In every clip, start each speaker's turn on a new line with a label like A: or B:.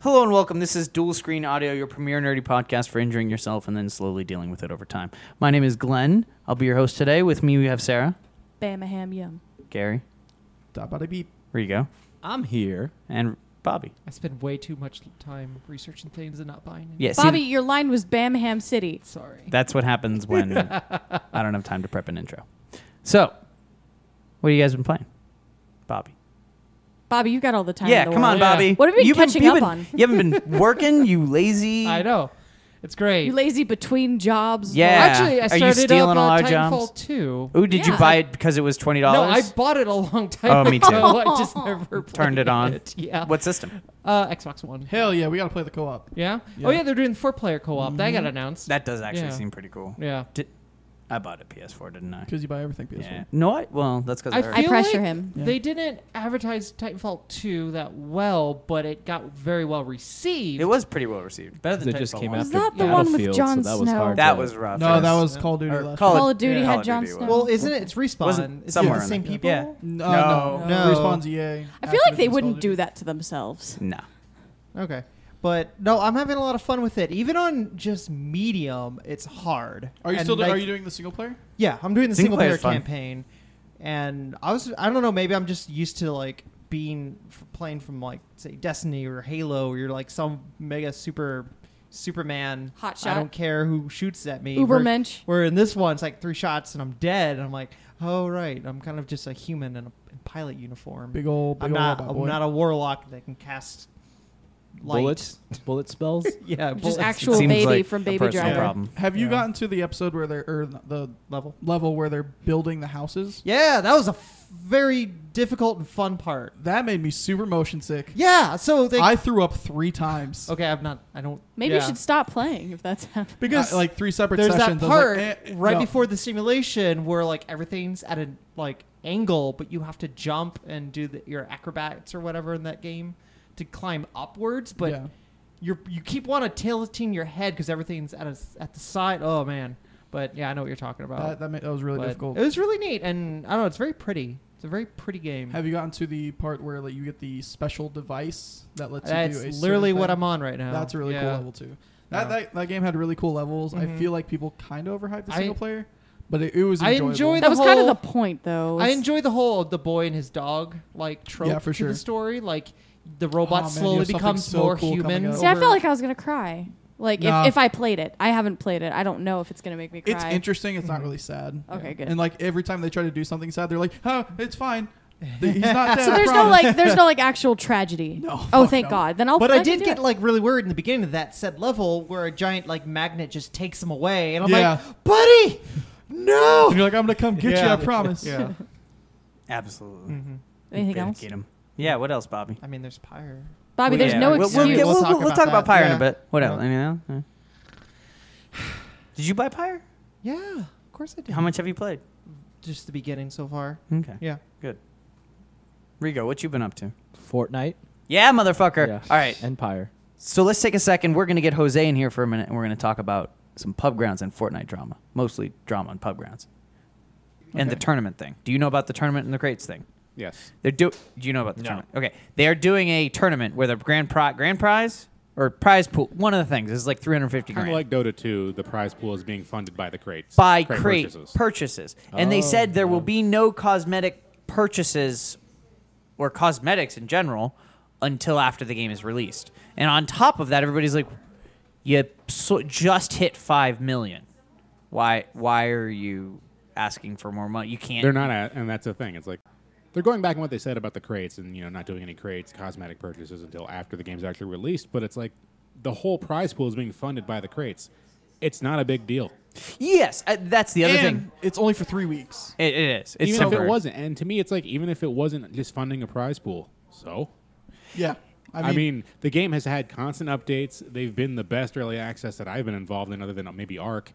A: Hello and welcome. This is Dual Screen Audio, your premier nerdy podcast for injuring yourself and then slowly dealing with it over time. My name is Glenn. I'll be your host today. With me, we have Sarah,
B: Bam a ham yum.
A: Gary,
C: Da bada beep.
A: Rigo,
C: I'm here.
A: and Bobby.
D: I spend way too much time researching things and not buying anything.
A: Yes,
B: Bobby, your line was Bam Ham City.
D: Sorry.
A: that's what happens when I don't have time to prep an intro. So, what have you guys been playing, Bobby?
B: Bobby, you got all the time.
A: yeah,
B: in the
A: come on,
B: world.
D: Yeah.
A: Bobby.
B: What have you been catching
A: you've
B: up
A: been-
B: on?
A: You haven't been working. You lazy.
D: I know. It's great.
B: You lazy between jobs.
A: Yeah.
D: Actually, I
A: Are you
D: started up
A: stealing all
D: uh,
A: our
D: Titanfall
A: jobs?
D: 2.
A: Ooh, did you
B: Yeah.
A: buy it because it was twenty
D: No, I
A: dollars?
D: bought it a long time
A: Oh, me too.
D: ago. I just never
A: Turned it
D: played
A: on.
D: Yeah.
A: what system?
D: Uh, Xbox One.
C: Hell yeah, we gotta play the co-op.
D: Yeah?
C: Yeah.
D: Oh, yeah, they're doing four player co op. That got announced.
A: Mm-hmm. That does actually
D: Yeah.
A: seem pretty cool.
D: yeah.
A: I bought a PS4, didn't I?
C: Because you buy everything PS4.
A: Yeah. No, I, well, that's because I,
D: I
A: heard.
B: I
D: feel
B: pressure
D: like
B: him.
C: Yeah.
D: They didn't advertise Titanfall 2 that well, but it got very well received.
A: It was pretty well received. Better than
E: Because it just
A: Titanfall
E: came
A: one.
B: Was
E: after
B: that the
D: Yeah.
B: one with
E: Battlefield,
B: Jon
E: so that
B: Snow?
E: was hard.
A: That was rough.
C: No, that
A: Yes.
C: was Call of Duty
A: Or
C: last
A: Call
C: year.
A: of-
B: Call of Duty
A: yeah,
B: had
A: Call of
B: Jon
A: Duty
B: Snow.
A: was.
F: Well, isn't it? It's respawn.
A: Wasn't
F: Is
A: somewhere
F: it
A: in
F: the same
A: there.
F: people?
A: Yeah.
C: uh, no,
F: no.
C: Respawn's E EA.
B: I feel like they
C: Activision's Call
B: wouldn't
C: of
B: do
C: Duty.
B: that to themselves.
A: Nah.
F: Okay. But no, I'm having a lot of fun with it. Even on just medium, it's hard.
C: Are you
F: And,
C: still? do-
F: like-
C: are you doing the single player?
F: Yeah, I'm doing the
A: Single
F: single,
A: player
F: player
A: is fun.
F: campaign, and I was I don't know maybe I'm just used to like being f- playing from like say Destiny or Halo or you're like some mega super Superman.
B: Hot
F: I
B: shot.
F: don't care who shoots at me. Where-
B: Ubermensch.
F: Where in this one it's like three shots and I'm dead and I'm like oh right I'm kind of just a human in a in pilot uniform.
C: Big old, big
F: I'm
C: old
F: not.
C: robot
F: I'm
C: boy.
F: not a warlock that can cast light.
E: bullets, bullet spells.
F: Yeah,
B: Just
F: bullets.
B: actual
A: Seems
B: baby
A: like
B: from
A: a
B: Baby
A: personal
B: Driver.
C: Yeah.
A: problem.
C: Have you
F: Yeah.
C: gotten to the episode where they're or the
F: level.
C: level where they're building the houses?
F: Yeah, that was a f- very difficult and fun part.
C: That made me super motion sick.
F: Yeah, so they.
C: I threw up three times.
F: okay, I'm not. I don't.
B: Maybe you
F: yeah.
B: should stop playing if that's happening.
F: because
C: Uh, like three separate
F: there's
C: sessions.
F: that
C: I was like,
F: part
C: eh, eh,
F: right
C: no.
F: before the simulation where like everything's at a like angle, but you have to jump and do the, your acrobats or whatever in that game to climb upwards, but.
C: Yeah.
F: You're, you keep want to tilting your head because everything's at a s at the side. Oh man, but yeah, I know what you're talking about.
C: that, that, made, that was really
F: But
C: difficult.
F: It was really neat, and I don't know. It's very pretty. It's a very pretty game.
C: Have you gotten to the part where like, you get the special device that lets you
F: That's
C: do a
F: literally
C: certain
F: what
C: thing?
F: I'm on right now.
C: That's a really cool
F: Yeah.
C: level too. That,
F: Yeah.
C: that that game had really cool levels. I
F: Mhm.
C: feel like people kind of overhyped the
F: I-
C: single player, but it, it was.
F: I
C: Enjoyable.
F: enjoyed
B: That was kind of the
F: whole-
B: point, though.
F: I
B: is-
F: enjoy the whole the boy and his dog like trope
C: Yeah, for
F: to
C: sure.
F: the story. Like the robot
C: Oh, man, you
F: slowly
C: have something
F: becomes
C: so
F: more
C: cool coming
F: human.
C: up.
B: See, I
C: over-
B: felt like I was gonna cry. Like
C: Nah.
B: if, if I played it, I haven't played it. I don't know if it's gonna make me cry.
C: It's interesting. It's not really sad.
B: Okay, good.
C: And like every time they try to do something sad, they're like, "Oh, it's fine. Th- He's not dead."
B: so
C: I
B: there's no
C: promise."
B: like there's no like actual tragedy.
C: No,
B: Oh,
C: fuck
B: thank
C: no.
B: God. Then I'll.
F: but
B: I
F: I
B: can
F: did
B: do
F: get
B: it.
F: like really worried in the beginning of that said level where a giant like magnet just takes him away, and I'm
C: Yeah.
F: like, buddy, no.
C: And you're like, "I'm gonna come get you.
F: Yeah.
C: I promise."
F: Yeah.
A: Absolutely.
F: hmm
B: Mm. anything
A: Gotta
B: else,
A: get 'em. Yeah. What else, Bobby?
F: I mean, there's pyre.
B: Bobby.
F: Well,
B: there's
F: yeah.
B: no
A: We'll-
B: excuse.
A: We'll, get-
F: We'll
A: we'll-
F: talk
A: we'll
F: about
A: talk about
F: that.
A: Pyre in a
F: Yeah.
A: bit. What
F: Yeah.
A: else? Anything else? Huh? Did you buy Pyre?
F: Yeah, of course I did.
A: How much have you played?
F: Just the beginning so far.
A: Okay.
F: Yeah.
A: Rigo, what you been up to?
E: Fortnite.
A: Yeah, motherfucker.
E: Yeah.
A: All right.
E: Empire.
A: So let's take a second. We're going to get Jose in here for a minute, and we're going to talk about some pub grounds and Fortnite drama, mostly drama on pub grounds, and the
C: Okay.
A: tournament thing. Do you know about the tournament and the crates thing?
E: Yes.
A: They're do. Do you know about the
E: No.
A: tournament? Okay, they are doing a tournament where the grand pri- grand prize or prize pool. One of the things is like three hundred fifty
G: Kind
A: grand
G: of like Dota 2, the prize pool is being funded by the crates.
A: by crate,
G: Crate
A: purchases,
G: purchases.
A: and they
E: Oh,
A: said there will
E: yeah.
A: be no cosmetic purchases or cosmetics in general until after the game is released. And on top of that, everybody's like, "You so just hit five million. Why? Why are you asking for more money? You can't."
G: They're not, at, and that's the thing. It's like they're going back on what they said about the crates and you know not doing any crates, cosmetic purchases until after the game's actually released. But it's like the whole prize pool is being funded by the crates. It's not a big deal,
A: Yes, uh, that's the other
C: and
A: thing.
C: it's only for three weeks.
A: It, it is. It's
G: even if
A: temporary.
G: it wasn't. And to me, it's like even if it wasn't just funding a prize pool, so.
C: Yeah.
G: I mean, the game has had constant updates. They've been the best early access that I've been involved in, other than maybe Arc.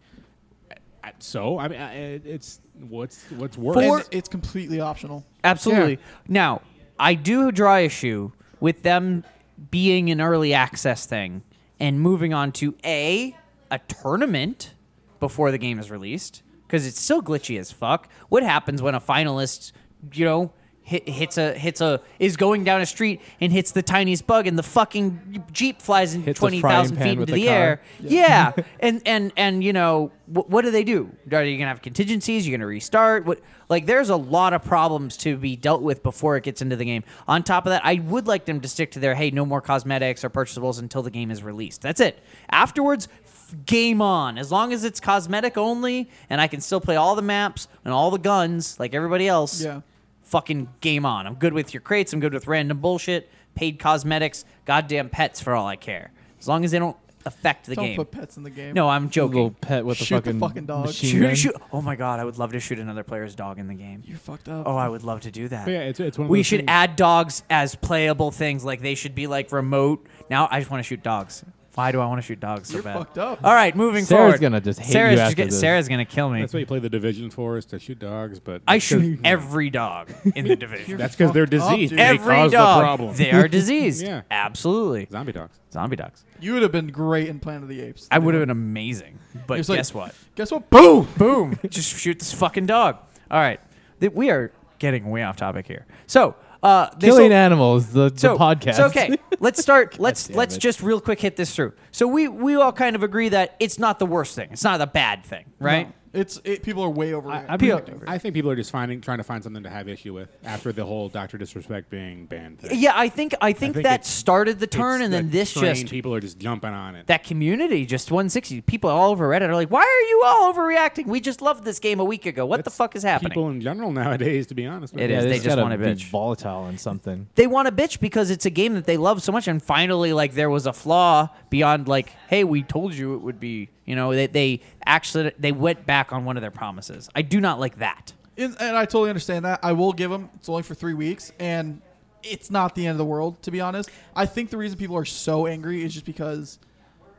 G: So I mean, I- it's what's what's worse.
C: and it's completely optional.
A: Absolutely. Now, I do draw issue with them being an early access thing and moving on to a a tournament before the game is released because it's still glitchy as fuck. What happens when a finalist, you know, hit, hits a hits a is going down a street and hits the tiniest bug and the fucking jeep flies in
E: Hits a
A: twenty thousand
E: frying pan
A: feet into
E: with
A: the,
E: a car.
A: air. Yeah, and and and you know wh- what do they do? Are you gonna have contingencies? You're gonna restart? What like there's a lot of problems to be dealt with before it gets into the game. On top of that, I would like them to stick to their hey, no more cosmetics or purchasables until the game is released. That's it. Afterwards, f- game on. As long as it's cosmetic only, and I can still play all the maps and all the guns like everybody else
C: Yeah.
A: fucking game on. I'm good with your crates. I'm good with random bullshit, paid cosmetics, goddamn pets for all I care. As long as they don't affect the
C: Don't
A: game.
C: put pets in the game.
A: No, I'm
E: Little
A: joking.
E: pet with a
C: Shoot the
E: fucking,
C: fucking dog.
E: machine
A: Shoot,
E: gun.
A: shoot. Oh my god, I would love to shoot another player's dog in the game.
C: You're fucked up.
A: Oh, I would love to do that.
G: But yeah, it's, it's one of
A: we
G: those
A: should
G: things-
A: add dogs as playable things. Like they should be like remote. Now I just want to shoot dogs. Why do I want to shoot dogs so
C: You're
A: bad?
C: fucked up.
A: All right, moving
E: Sarah's
A: forward.
E: gonna just hate
A: Sarah's
E: you
A: just
E: after
A: gonna-
E: this.
A: Sarah's gonna kill me.
G: That's what you play the division for is to shoot dogs, but
A: I
G: that's 'cause-
A: shoot every dog in the division.
G: That's because they're
C: Fucked up,
G: diseased.
C: dude.
G: They
A: every
G: cause
A: dog.
G: the problem.
A: They are diseased.
G: Yeah.
A: Absolutely.
G: Zombie dogs.
A: Zombie dogs.
C: You would have been great in Planet of the Apes.
A: I would have been amazing. But
C: It's like-
A: guess what?
C: Guess what? Boom.
A: Boom. Just shoot this fucking dog. All right. Th- we are getting way off topic here. So, uh, they
E: Killing
A: sold-
E: animals, the, the podcast.
A: So okay, let's start. Let's
E: damn
A: let's
E: it.
A: just real quick hit this through. So we we all kind of agree that it's not the worst thing. It's not a bad thing, right?
C: No, it's it, people are way over.
G: I, I,
A: Peel-
G: think- I think people are just finding trying to find something to have issue with after the whole Doctor Disrespect being banned. Thing.
A: Yeah, I think I think,
G: think
A: that
G: it's-
A: started the turn,
G: It's
A: and
G: the
A: then this
G: train,
A: just
G: people are just jumping on it.
A: that community just 160. People all over Reddit are like, "Why are you all overreacting? We just loved this game a week ago. What the
G: That's
A: fuck is happening?"
G: People in general nowadays, to be honest, with
A: It
G: you.
A: is.
E: yeah,
A: they
E: this
A: just
E: gotta
A: wanna
E: be
A: bitch.
E: volatile and something.
A: they want to bitch because it's a game that they love so much and finally like there was a flaw beyond like hey we told you it would be you know they, they actually they went back on one of their promises i do not like that
C: And, and I totally understand that. I will give them. It's only for three weeks, and it's not the end of the world, to be honest. I think the reason people are so angry is just because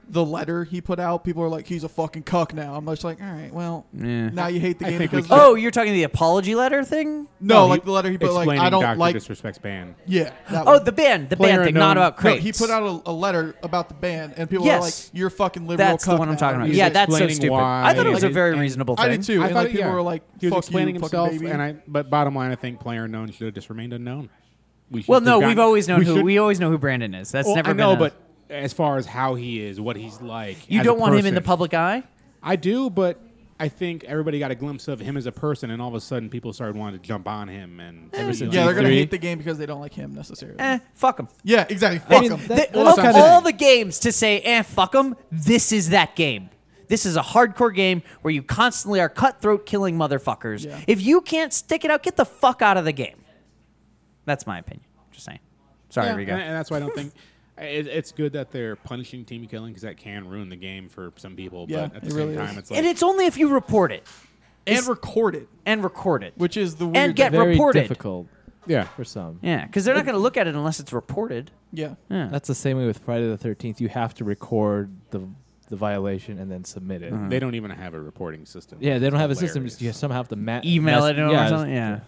C: the letter he put out. People are like, "He's a fucking cuck now." I'm just like, "All right, well, now you hate the
G: I
C: game
G: think we
C: because
G: should-
A: oh you're talking the apology letter thing
C: no,
G: he-
C: like the letter he put, like
G: explaining
C: I don't
G: Doctor
C: like,
G: Disrespect's ban.
C: yeah." That
A: oh
C: one.
A: the ban the
G: Player
A: ban thing not
G: unknown.
A: about
C: No,
A: crates
C: he put out a, a letter about the ban, and people are like,
A: Yes.
C: "You're a fucking liberal."
A: that's the
C: cuck
A: one i'm
C: now."
A: talking about
G: He's
A: yeah that's so
G: explaining
A: stupid
G: why-
A: i thought it was a
G: And-
A: very
G: and-
A: reasonable thing
C: I did too. and like
G: it-
C: people were like,
G: he was
C: "Fuck
G: explaining
C: you, fucking
G: himself,
C: baby."
G: and I. But bottom line, I think player unknown should have just remained unknown. We should
A: well
G: have
A: no
G: gotten-
A: we've always known
G: we
A: who
G: should-
A: we always know who brandon is that's
G: Well,
A: never
G: I know,
A: been a-
G: but as far as how he is, what he's like,
A: you
G: as
A: don't
G: a
A: want him in the
G: person-
A: public eye
G: I do, but I think everybody got a glimpse of him as a person, and all of a sudden, people started wanting to jump on him. And
E: Ever since
C: yeah, they're gonna
E: E3.
C: hate the game because they don't like him necessarily.
A: eh, fuck him
C: Yeah, exactly. Fuck
E: mean,
C: 'em.
E: that-
A: Th-
E: that's
A: of
E: kinda
A: all
E: thing.
A: the games to say, eh, fuck them, this is that game. This is a hardcore game where you constantly are cutthroat killing motherfuckers.
C: Yeah.
A: If you can't stick it out, get the fuck out of the game. That's my opinion. Just saying. Sorry,
G: Yeah,
A: Rigo.
G: And, and that's why I don't think it, it's good that they're punishing team killing because that can ruin the game for some people.
C: Yeah,
G: but at
C: it
G: the same
C: really
G: time,
C: is.
G: it's like
A: and it's only if you report it
C: and recorded,
A: and record it.
C: which is the weird
A: And get
C: thing.
E: Very
A: reported.
E: difficult
G: yeah.
E: for some.
A: yeah, because they're not going to look at it unless it's reported.
C: yeah.
A: Yeah.
E: That's the same way with Friday the Thirteenth. You have to record the the violation and then submit it.
A: Mm-hmm.
C: Uh-huh.
G: They don't even have a reporting system.
E: Yeah, they don't have a system.
G: Hilarious.
E: just- You somehow have to ma-
A: email
E: mess-
A: it or
E: yeah,
A: something. Yeah.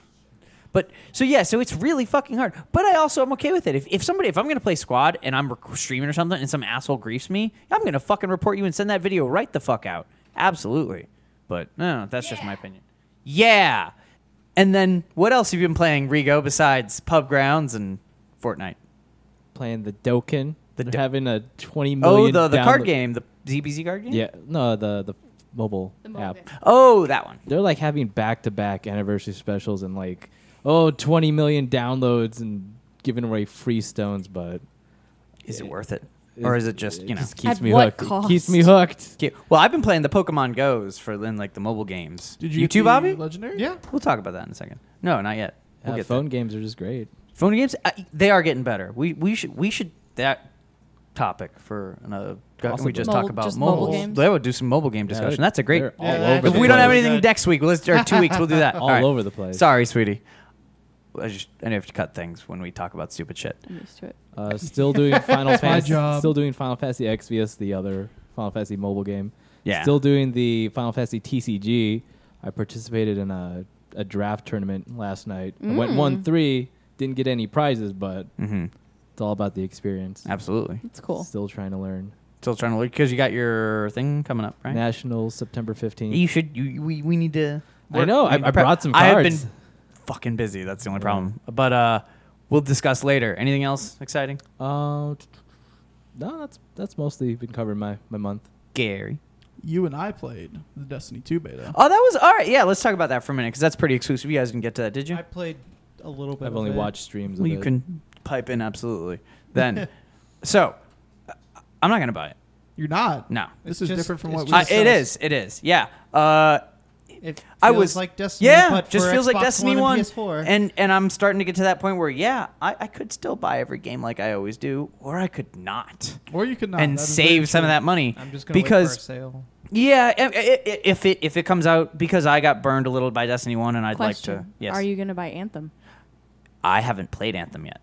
A: But so yeah, so it's really fucking hard. But I also am okay with it. If, if somebody, if I'm gonna play squad and I'm rec- streaming or something, and some asshole griefs me, I'm gonna fucking report you and send that video right the fuck out. Absolutely. But no, that's just my opinion. Yeah. And then what else have you been playing, Rigo, besides Pub Grounds and Fortnite?
E: Playing the Dokken.
A: The
E: The
A: Do-
E: having a twenty
A: Oh,
E: million.
A: the the card
E: download-
A: game, the ZBZ card game.
E: Yeah, no, the the mobile
B: The mobile.
E: app.
A: Oh, that one.
E: They're like having back to back anniversary specials and like oh 20 million downloads and giving away free stones, but
A: Is it worth it, or is it just you know?
E: just keeps
B: At
E: me
B: what
E: hooked. It
B: cost?
E: keeps me hooked.
A: Okay, Well, I've been playing the Pokemon Go's for in like the mobile games.
C: Did you, get
A: too,
C: the
A: Bobby?
C: Legendary?
F: Yeah.
A: We'll talk about that in a second. No, not yet. We'll
E: Yeah,
A: get
E: phone
A: there.
E: games are just great.
A: phone games. Uh, they are getting better. We we should we should that topic for another. We
E: Possibly.
A: just
B: Mobile-
A: talk about
B: just
A: mobile.
B: mobile games?
A: They would do some mobile game
E: Yeah,
A: discussion.
E: they're-
A: That's a great.
E: they're all
F: Yeah,
E: over
A: If
E: the
A: we don't have
E: place.
A: anything
F: good.
A: next week, let's or two weeks. We'll do that.
E: All
A: right.
E: over the place.
A: Sorry, sweetie. I just I have to cut things when we talk about stupid shit.
B: I'm used to it.
E: Uh, still doing Final
C: my
E: Fantasy.
C: job.
E: Still doing Final Fantasy XVS, the other Final Fantasy mobile game.
A: Yeah.
E: Still doing the Final Fantasy TCG. I participated in a, a draft tournament last night. I went one three. Didn't get any prizes, but
A: Mm-hmm.
E: it's all about the experience.
A: Absolutely.
B: It's cool.
E: Still trying to learn.
A: Still trying to look because you got your thing coming up, right? E-
E: Nationals September fifteenth.
A: You should. You, we we need to.
E: I know, I- I
A: pre-
E: brought some
A: I have been
E: cards.
A: fucking busy. That's the only problem. But uh, we'll discuss later. Anything else exciting,
E: Uh, t- t- no, that's that's mostly been covering my my month.
A: Gary?
C: You and I played the Destiny 2 beta.
A: Oh, that was all right. Yeah, let's talk about that for a minute because that's pretty exclusive. You guys didn't get to that, did you?
F: I played a little bit.
E: I've
F: of
E: only
F: it.
E: watched streams.
A: Well,
E: of
A: you
E: it.
A: can pipe in absolutely. Then, so uh, I'm not gonna buy it.
C: You're not.
A: No,
C: This
F: It's
C: is
F: just-
C: different from
F: it's
C: what we
A: Uh,
F: just
A: it
F: us.
A: is. It is. Yeah. Uh,
F: It feels
A: I was
F: like Destiny.
A: Yeah,
F: but
A: just
F: for
A: feels
F: Xbox
A: like Destiny
F: One.
A: One.
F: and PS4.
A: and and I'm starting to get to that point where yeah, I, I could still buy every game like I always do, or I could not,
C: Or you could not.
A: and
C: That is very
A: save some of
C: true.
A: that money.
F: I'm just gonna
A: because
F: wait for a sale.
A: yeah, i- i- i- if it if it comes out because I got burned a little by Destiny One, and I'd
B: Question.
A: like to. Yes,
B: Are you going to buy Anthem?
A: I haven't played Anthem yet.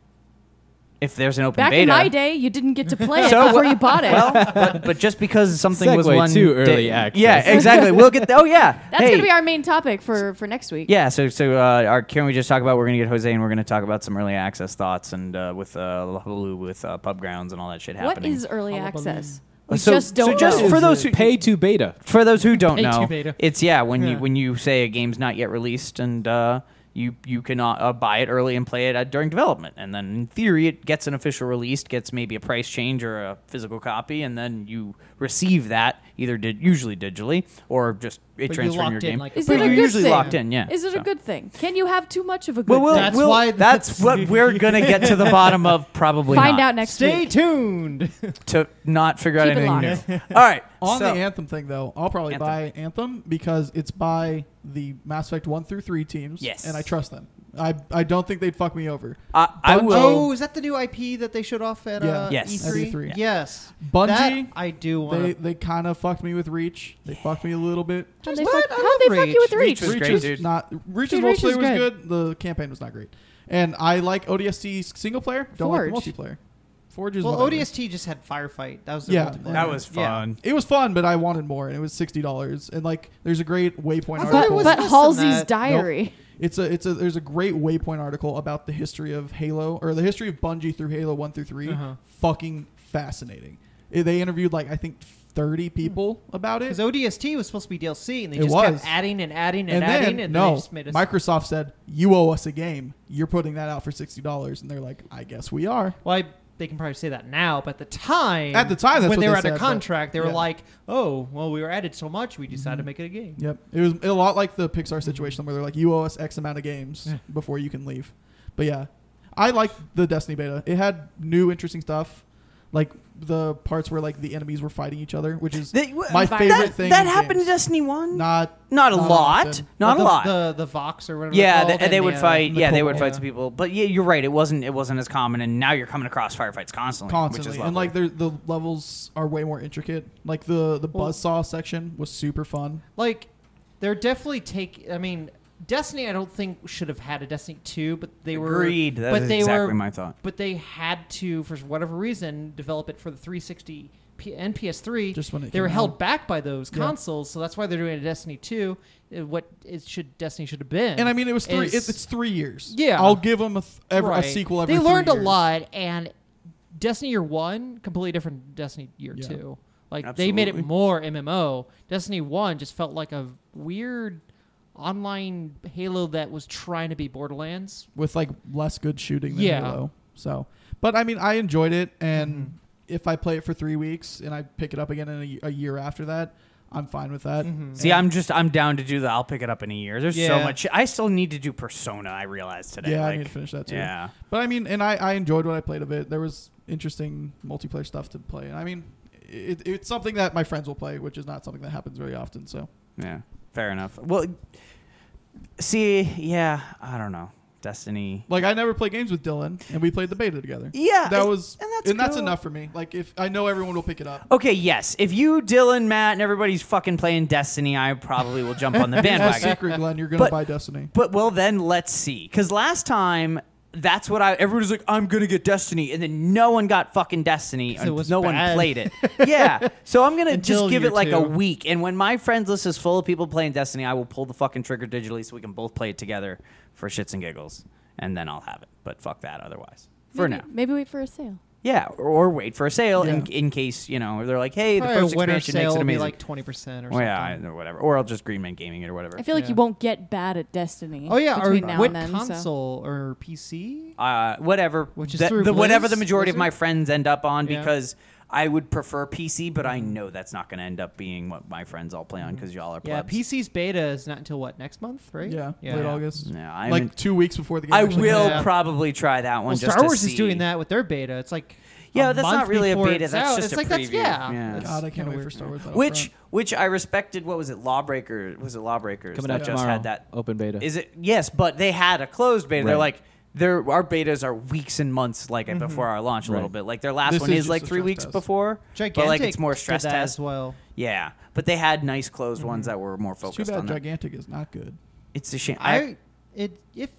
A: If there's an open
B: Back
A: beta,
B: in my day, you didn't get to play it
A: So-
B: before you bought it.
A: well, but, but just because something was
E: Segue
A: one
E: to
A: day-
E: early access.
A: yeah, exactly. We'll get. oh yeah,
B: That's
A: hey,
B: going to be our main topic for, for next week.
A: Yeah, so so uh, our, can we just talk about we're gonna get Jose and we're gonna talk about some early access thoughts and uh, with uh, Hulu with uh, pub grounds and all that shit
B: What
A: happening.
B: is early
D: Hullabaloo.
B: access?
A: Uh,
B: We
A: so-
B: just don't
A: so just
B: know.
A: for those who
E: pay to beta.
A: for those who don't
D: Pay to
A: know,
D: beta.
A: it's yeah when
F: Yeah.
A: you when you say a game's not yet released and uh, you you can uh, uh, buy it early and play it uh, during development and then in theory it gets an official release, gets maybe a price change or a physical copy, and then you receive that either did usually digitally or just it
F: But you
A: transferring your
F: locked in
A: game.
F: like
B: Is
A: But
B: it a
A: you're
B: good
A: usually
B: thing?
A: locked in, yeah.
B: Is it
A: so.
B: a good thing? Can you have too much of a good
A: Well, we'll,
B: thing?
F: That's
A: we'll-
F: why-
A: that's what we're gonna get to the bottom of. Probably
B: Find
A: not,
B: out next
F: Stay
B: week.
F: tuned.
A: to not figure out
B: Keep it
A: anything new. All right,
C: On
A: so-
C: the Anthem thing, though, I'll probably
A: Anthem.
C: buy Anthem because it's by the Mass Effect 1 through 3 teams.
A: Yes.
C: And I trust them. I, I don't think they'd fuck me over.
A: I, I
C: Bungie-
A: will.
F: oh, is that the new IP that they showed off at uh,
A: Yeah. Yes.
C: At
F: E3?
C: E3. Yeah.
F: Yes.
C: Bungie,
F: That I do
C: they,
F: want.
C: they kind of fucked me with Reach. They fucked me a little bit.
B: How'd they,
F: What?
B: fuck,
F: I
B: how'd
F: love
B: they fuck you with
A: Reach.
B: Reach?
A: was
C: Reach
A: great,
C: is
A: dude.
C: not Reach's
B: Dude,
C: role
B: Reach
C: play
B: is
C: was
B: good.
C: good. The campaign was not great, and I like ODST single player. Don't like the
B: Forge.
C: multiplayer. Forge is
F: Well,
C: whatever.
F: ODST just had Firefight. That was their
C: Yeah.
F: multiplayer.
C: That
A: was
F: Yeah.
A: fun.
C: It was fun, but I wanted more, and it was sixty dollars. And like, there's a great Waypoint
F: I thought it
B: But,
C: article.
F: was
B: but
F: less than
B: Halsey's
F: that.
B: diary.
C: It's a it's a there's a great Waypoint article about the history of Halo or the history of Bungie through Halo one through 3
F: Uh-huh.
C: Fucking fascinating. Eh, They interviewed like I think thirty people about it.
F: Because ODST was supposed to be DLC, and they
C: It
F: just
C: was.
F: kept adding and adding and,
C: and
F: adding,
C: then,
F: and then they
C: no,
F: just made us.
C: Microsoft said you owe us a game. You're putting that out for sixty dollars, and they're like, I guess we are.
F: well, I- they can probably say that now, but at the time,
C: At the time, that's
F: when
C: what
F: they
C: they
F: were out
C: said,
F: of
C: but-
F: contract, they were
C: yeah.
F: like, "Oh, well, we were added so much, we decided to make it a game."
C: Yep, it was a lot like the Pixar situation where they're like, you owe us X amount of games before you can leave. But yeah, I liked the Destiny beta. It had new interesting stuff, like the parts where like the enemies were fighting each other, which is
A: They- w-
C: my
A: that-
C: favorite thing.
A: That
C: in
A: happened
C: games.
A: to Destiny One. Not,
C: Not
A: a
C: not
A: lot.
C: often.
A: Not a
F: the,
A: lot.
F: The the Vox or whatever.
A: yeah,
F: they're
A: they,
F: called,
A: they
F: and
A: would
F: the, uh,
A: fight.
F: the
A: yeah, they
F: Cobalt.
A: would fight
F: Yeah.
A: some people. But yeah, you're right. It wasn't. It wasn't as common. And now you're coming across firefights constantly. Which
C: constantly,
A: is lovely.
C: and like the the levels are way more intricate. Like the the
F: Well-
C: buzzsaw section was super fun.
F: like they're definitely take i mean destiny i don't think should have had a destiny 2 but they were
A: Agreed. That
F: but
A: is
F: they
A: exactly
F: were
A: my thought.
F: but they had to for whatever reason develop it for the 360 P- and ps3
C: Just when it
F: they were
C: came
F: held
C: out.
F: back by those
C: Yeah.
F: consoles so that's why they're doing a destiny 2 uh, what it should destiny should have been
C: And I mean, it was three.
F: is-
C: it, it's three years.
F: Yeah.
C: I'll give them a, th- every,
F: right.
C: a sequel every.
F: they
C: three
F: learned a
C: years.
F: lot and destiny year 1 completely different than destiny year
C: Yeah.
F: 2 like they made it
A: Absolutely.
F: more mmo destiny 1 just felt like a weird online halo that was trying to be borderlands
C: with like less good shooting than
F: Yeah.
C: Halo. So, but I mean, I enjoyed it, and if I play it for three weeks and I pick it up again in a, y- a year after that, I'm fine with that.
A: See, I'm just I'm down to do that. I'll pick it up in a year. There's so
F: Yeah.
A: much. shit. I still need to do Persona. I realized today.
C: yeah,
A: like,
C: I need to finish that too.
A: Yeah.
C: But I mean, and I, I enjoyed what I played of it. There was interesting multiplayer stuff to play. And I mean, it, it's something that my friends will play, which is not something that happens very often. So
A: Yeah, fair enough. Well, see, yeah, I don't know. Destiny.
C: Like I never play games with Dylan, and we played the beta together.
A: Yeah,
C: that
A: and-
C: was
A: and that's cool.
C: enough for me. Like if I know everyone will pick it up.
A: Okay, yes. If you, Dylan, Matt, and everybody's fucking playing Destiny, I probably will jump on the
C: My
A: bandwagon.
C: secret, Glenn, you're gonna
A: But-
C: buy Destiny.
A: but well, then let's see. Because last time, that's what I. Everybody's like, "I'm gonna get Destiny," and then no one got fucking Destiny, and
F: it was
A: no one
F: bad.
A: played it. yeah. So I'm gonna just
F: Until
A: give
F: year
A: it like a
F: two.
A: week, and when my friends list is full of people playing Destiny, I will pull the fucking trigger digitally so we can both play it together for shits and giggles, and then I'll have it. But fuck that, otherwise. For
B: maybe,
A: now.
B: Maybe wait for a sale.
A: Yeah, or, or wait for a sale in, in case you know they're like, hey, the
F: Probably a
A: first
F: winter
A: expansion
F: sale
A: makes it
F: will be
A: amazing.
F: like twenty percent or
A: Well,
F: something.
A: yeah, I- or whatever. Or I'll just Green Man Gaming it or whatever.
B: I feel like you
F: Yeah.
B: won't get bad at Destiny.
F: Oh yeah, or
B: between now
F: what
B: and then, so-
F: console or PC?
A: uh, whatever,
F: Which is
A: the,
F: through
A: the- whatever
F: Blizz,
A: the majority of
F: Blizzard?
A: my friends end up on
F: Yeah.
A: because I would prefer PC, but I know that's not going to end up being what my friends all play on because y'all are
F: Mm-hmm. Yeah,
A: plebs.
F: PC's beta is not until what next month, right?
C: Yeah,
F: yeah.
C: late August.
A: No, I'm
C: like
A: in-
C: two weeks before the game.
A: I
C: actually
A: will
C: comes
F: Yeah.
A: probably try that one.
F: Well,
A: just
F: Star
A: to
F: Wars is doing
A: see.
F: that with their beta. It's like
A: Yeah,
F: a
A: that's
F: month
A: not really a
F: before
A: beta.
F: it's
A: That's
F: out.
A: just
F: it's
A: a
F: like that's
A: preview.
F: yeah.
A: Yeah.
F: that's
C: God, I can't
F: kinda
C: wait for
F: weird.
C: Star Wars. Battlefront.
A: Which, which I respected. What was it? Lawbreaker was it Lawbreakers
E: Coming
A: that
E: out
A: just
E: tomorrow.
A: had that?
E: Open beta.
A: Is it yes? But they had a closed beta. They're
E: Right.
A: like, there our betas are weeks and months like
F: Mm-hmm.
A: before our launch a little
E: Right.
A: bit. Like their last
C: This
A: one
C: is
A: is,
C: just
A: like
C: a
A: three
C: stress
A: weeks
C: test.
A: before,
F: Gigantic
A: but like it's more
F: did
A: stress
F: that
A: test.
F: as well.
A: Yeah, but they had nice closed
F: Mm-hmm.
A: ones that were more
C: It's too
A: focused
C: bad
A: on that.
C: Gigantic is not good.
A: It's a shame. I,
F: I it if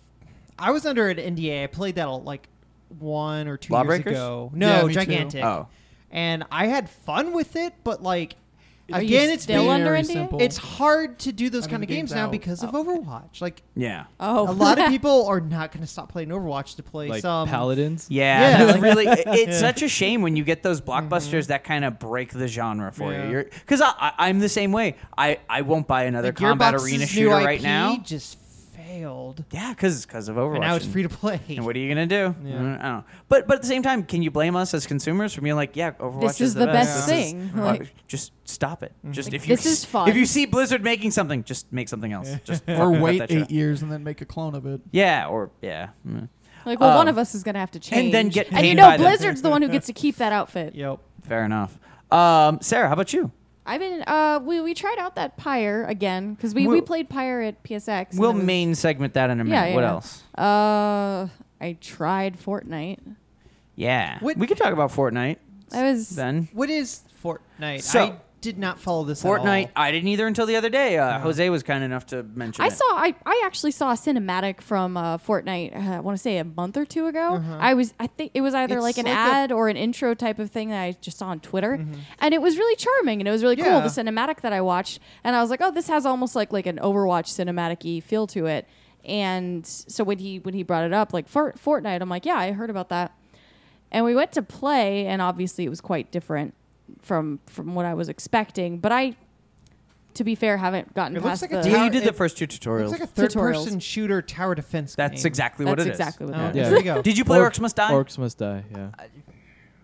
F: I was under an NDA, I played that all, like one or two
A: Lawbreakers?
F: years ago.
C: Yeah,
F: No,
C: me too.
F: gigantic.
A: Oh.
F: and I had fun with it, but like
B: Are you
F: again, it's
B: still
F: been-
B: under
C: Very
B: NDA?
C: simple.
F: it's hard to do those
C: I mean,
F: kind of
C: the game's
F: games now
C: out.
F: because of Overwatch. Like
A: yeah.
B: Oh,
F: a lot of people are not going to stop playing Overwatch to play
E: like
F: some
E: paladins.
A: Yeah,
F: Yeah,
A: it's
F: like-
A: really. it- It's such a shame when you get those blockbusters that kind of break the genre for
F: Yeah.
A: you. You're because I, I, I'm the same way. I, I won't buy another
F: like,
A: combat
F: Gearbox's
A: arena
F: new
A: shooter
F: IP
A: right now.
F: Just failed,
A: Yeah, because of Overwatch.
F: and now it's free to play.
A: And what are you gonna do?
F: Yeah.
A: I don't know. But but at the same time, can you blame us as consumers for being like, yeah, Overwatch
B: This is
A: the
B: the
A: best,
B: best
A: This is-
B: thing.
A: why-
B: Like-
A: just stop it.
F: Mm-hmm.
A: Just if you
B: this is fun.
A: if you see Blizzard making something, just make something else. Just
C: Or
A: fucking cut
C: wait
A: that shit
C: eight
A: out.
C: years and then make a clone of it.
A: Yeah, or yeah. Mm.
B: Like, well, one
A: Um,
B: of us is gonna have to change,
A: and then get
B: and you
A: paid
B: know,
A: by them.
B: Blizzard's the one who gets to keep that outfit.
F: Yep.
A: Fair enough. Um, Sarah, how about you?
B: I've been. Uh, we we tried out that Pyre again because we, we
A: We'll-
B: played Pyre at PSX. and
A: We'll
B: it was-
A: main segment that in a minute.
B: yeah,
A: what
B: yeah.
A: else?
B: Uh, I tried Fortnite.
A: Yeah.
F: What-
A: We could talk about Fortnite
B: I was
A: then.
F: What is Fortnite?
A: So-
F: I did not follow this. at all.
A: Fortnite, I didn't either until the other day. Uh, Jose was kind enough to mention
B: I
A: it.
B: saw. I, I actually saw a cinematic from uh, Fortnite. Uh, I want to say a month or two ago. I was. I think it was either
F: Uh-huh. It's
B: like an
F: like a- Mm-hmm.
B: ad or an intro type of thing that I just saw on Twitter, and it was really charming and it was really cool.
F: Yeah.
B: The cinematic that I watched, and I was like, oh, this has almost like like an Overwatch cinematic-y feel to it. And so when he when he brought it up, like Fort, Fortnite, I'm like, yeah, I heard about that. and we went to play and obviously it was quite different from from what i was expecting but i to be fair haven't gotten
F: It looks
B: past
F: like a
B: the
A: yeah, you
F: tower-
A: did the
F: it-
A: first two tutorials.
F: It's like a third-person
B: Tutorials.
F: shooter tower defense.
A: That's
F: game.
A: exactly what
B: that's
A: it is.
B: exactly what
F: Oh,
B: that is.
E: Yeah.
F: There you go.
A: Did you play
E: Orc-
A: Orcs Must Die?
E: Orcs must die. Yeah.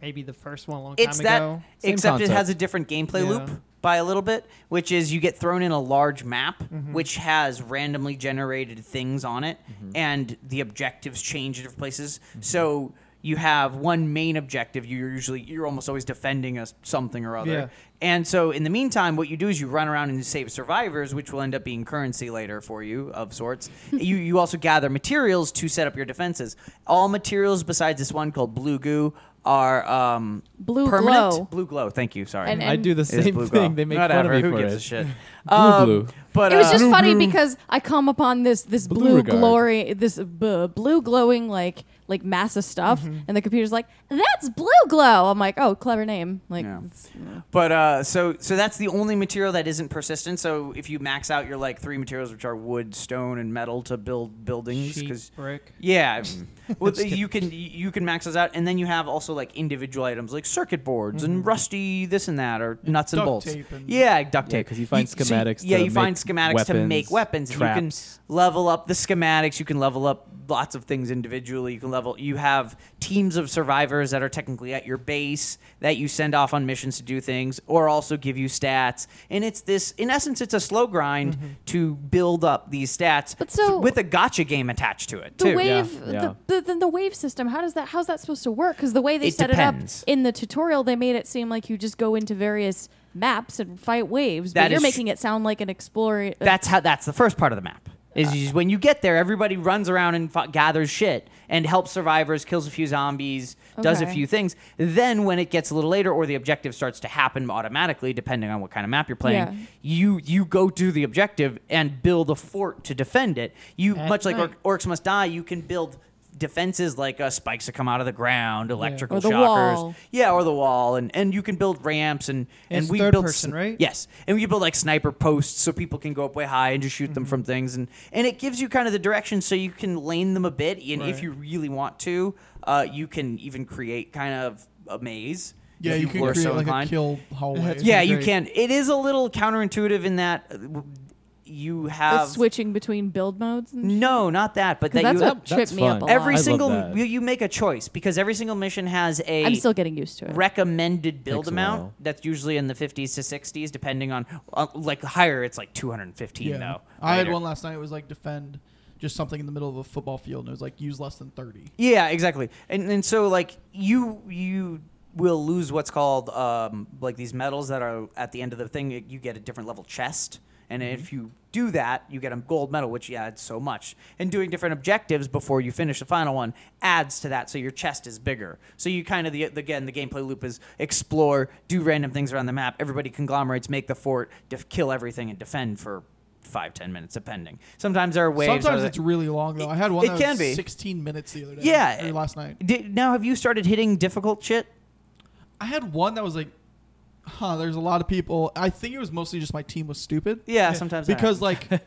F: Maybe the first one a long
A: it's
F: time
A: that,
F: ago.
E: Same
A: except it
E: concept.
A: has a different gameplay
F: Yeah.
A: loop by a little bit, which is you get thrown in a large map,
F: Mm-hmm.
A: which has randomly generated things on it,
E: Mm-hmm.
A: and the objectives change in different places. So you have one main objective. You're usually you're almost always defending a s- something or other.
F: Yeah.
A: And so in the meantime, what you do is you run around and you save survivors, which will end up being currency later for you of sorts. you you also gather materials to set up your defenses. All materials besides this one called blue goo are um,
B: Blue
A: permanent.
B: glow.
A: Blue glow. Thank you. Sorry.
B: And-
E: I do the
A: It is
E: same
A: blue
E: thing.
A: glow.
E: They make
A: Whatever.
E: fun of me
A: Who
E: for
A: gives
E: it.
A: a shit? Um,
E: Blue blue.
A: But
B: it was
A: uh,
B: just funny because i come upon this this blue,
E: Blue regard.
B: glory this b- blue glowing like like mass of stuff
A: Mm-hmm.
B: and the computer's like that's blue glow i'm like oh clever name like
A: Yeah.
B: it's-
A: But uh, so so that's the only material that isn't persistent. So if you max out your like three materials, which are wood, stone, and metal, to build buildings,
F: Sheep,
A: because
F: brick.
A: yeah, well, you can you can max those out, and then you have also like individual items like circuit boards
E: Mm-hmm.
A: and rusty this and that, or nuts and,
C: duct
A: bolts.
C: tape and-
A: yeah, duct
E: Yeah,
A: tape
E: 'cause you find schematics
A: yeah,
E: to
A: you find
E: make
A: schematics to make weapons.
E: weapons,
A: and You can
E: traps.
A: level up the schematics. You can level up lots of things individually. You can level. You have teams of survivors that are technically at your base that you send off on missions to do things, or also give you stats. And it's this. In essence, it's a slow grind
E: Mm-hmm.
A: to build up these stats,
B: But so-
A: with a gotcha game attached to it
B: the
A: too.
B: wave
E: yeah.
B: The, the, then the wave system how does that how's that supposed to work because the way they
A: It
B: set
A: depends.
B: it up in the tutorial they made it seem like you just go into various maps and fight waves
A: That
B: but you're
A: is
B: making it sound like an uh, explorer
A: That's how. That's the first part of the map. Is you- when you get there, everybody runs around and f- gathers shit and helps survivors, kills a few zombies, does a
B: Okay.
A: few things. Then when it gets a little later, or the objective starts to happen automatically, depending on what kind of map you're playing,
B: Yeah.
A: you you go do the objective and build a fort to defend it. You much like
F: right.
A: Orc- Orcs Must Die, you can build. Defenses like uh, spikes that come out of the ground, electrical
B: the
A: shockers,
B: wall.
A: yeah, or the wall, and, and you can build ramps and and
F: It's
A: we
F: third
A: built
F: person, right?
A: Yeah, Yes, and we build like sniper posts so people can go up way high and just shoot them from things, and and it gives you kind of the direction so you can lane them a bit, and if
F: Right.
A: you really want to, uh, you can even create kind of a maze.
C: Yeah,
A: if
C: you
A: were
C: can create
A: so
C: like a
A: inclined.
C: kill hallway.
F: That's
A: Yeah, you
F: great.
A: can. It is a little counterintuitive in that uh, w- you have
B: switching between build modes. and-
A: No, not that, but
B: 'Cause
A: that you
B: that's what
E: That's
B: tripped me up
E: fun.
B: a lot.
A: every
E: I love
A: single
E: that.
A: you, you make a choice because every single mission has a
B: I'm still getting used to it.
A: recommended build
E: Takes a
A: amount
E: while.
A: that's usually in the 50s to 60s depending on uh, like higher it's like 215 though
C: I had
A: later.
C: one last night. It was like defend just something in the middle of a football field, and it was like use less than thirty.
A: Yeah, exactly. And and so like you you will lose what's called um, like these medals that are at the end of the thing. You get a different level chest, and
C: Mm-hmm.
A: if you do that, you get a gold medal, which yeah, adds so much. And doing different objectives before you finish the final one adds to that, so your chest is bigger. So you kind of the again the gameplay loop is explore, do random things around the map. Everybody conglomerates, make the fort, def- kill everything, and defend for. Five ten minutes, depending. Sometimes there are waves.
C: Sometimes
A: other-
C: it's really long though. I had one
A: It
C: that
A: can
C: was
A: be.
C: sixteen minutes the other day.
A: Yeah.
C: or last night.
A: Did, now, have you started hitting difficult shit?
C: I had one that was like, huh. There's a lot of people. I think it was mostly just my team was stupid.
A: Yeah, sometimes that
C: because like it,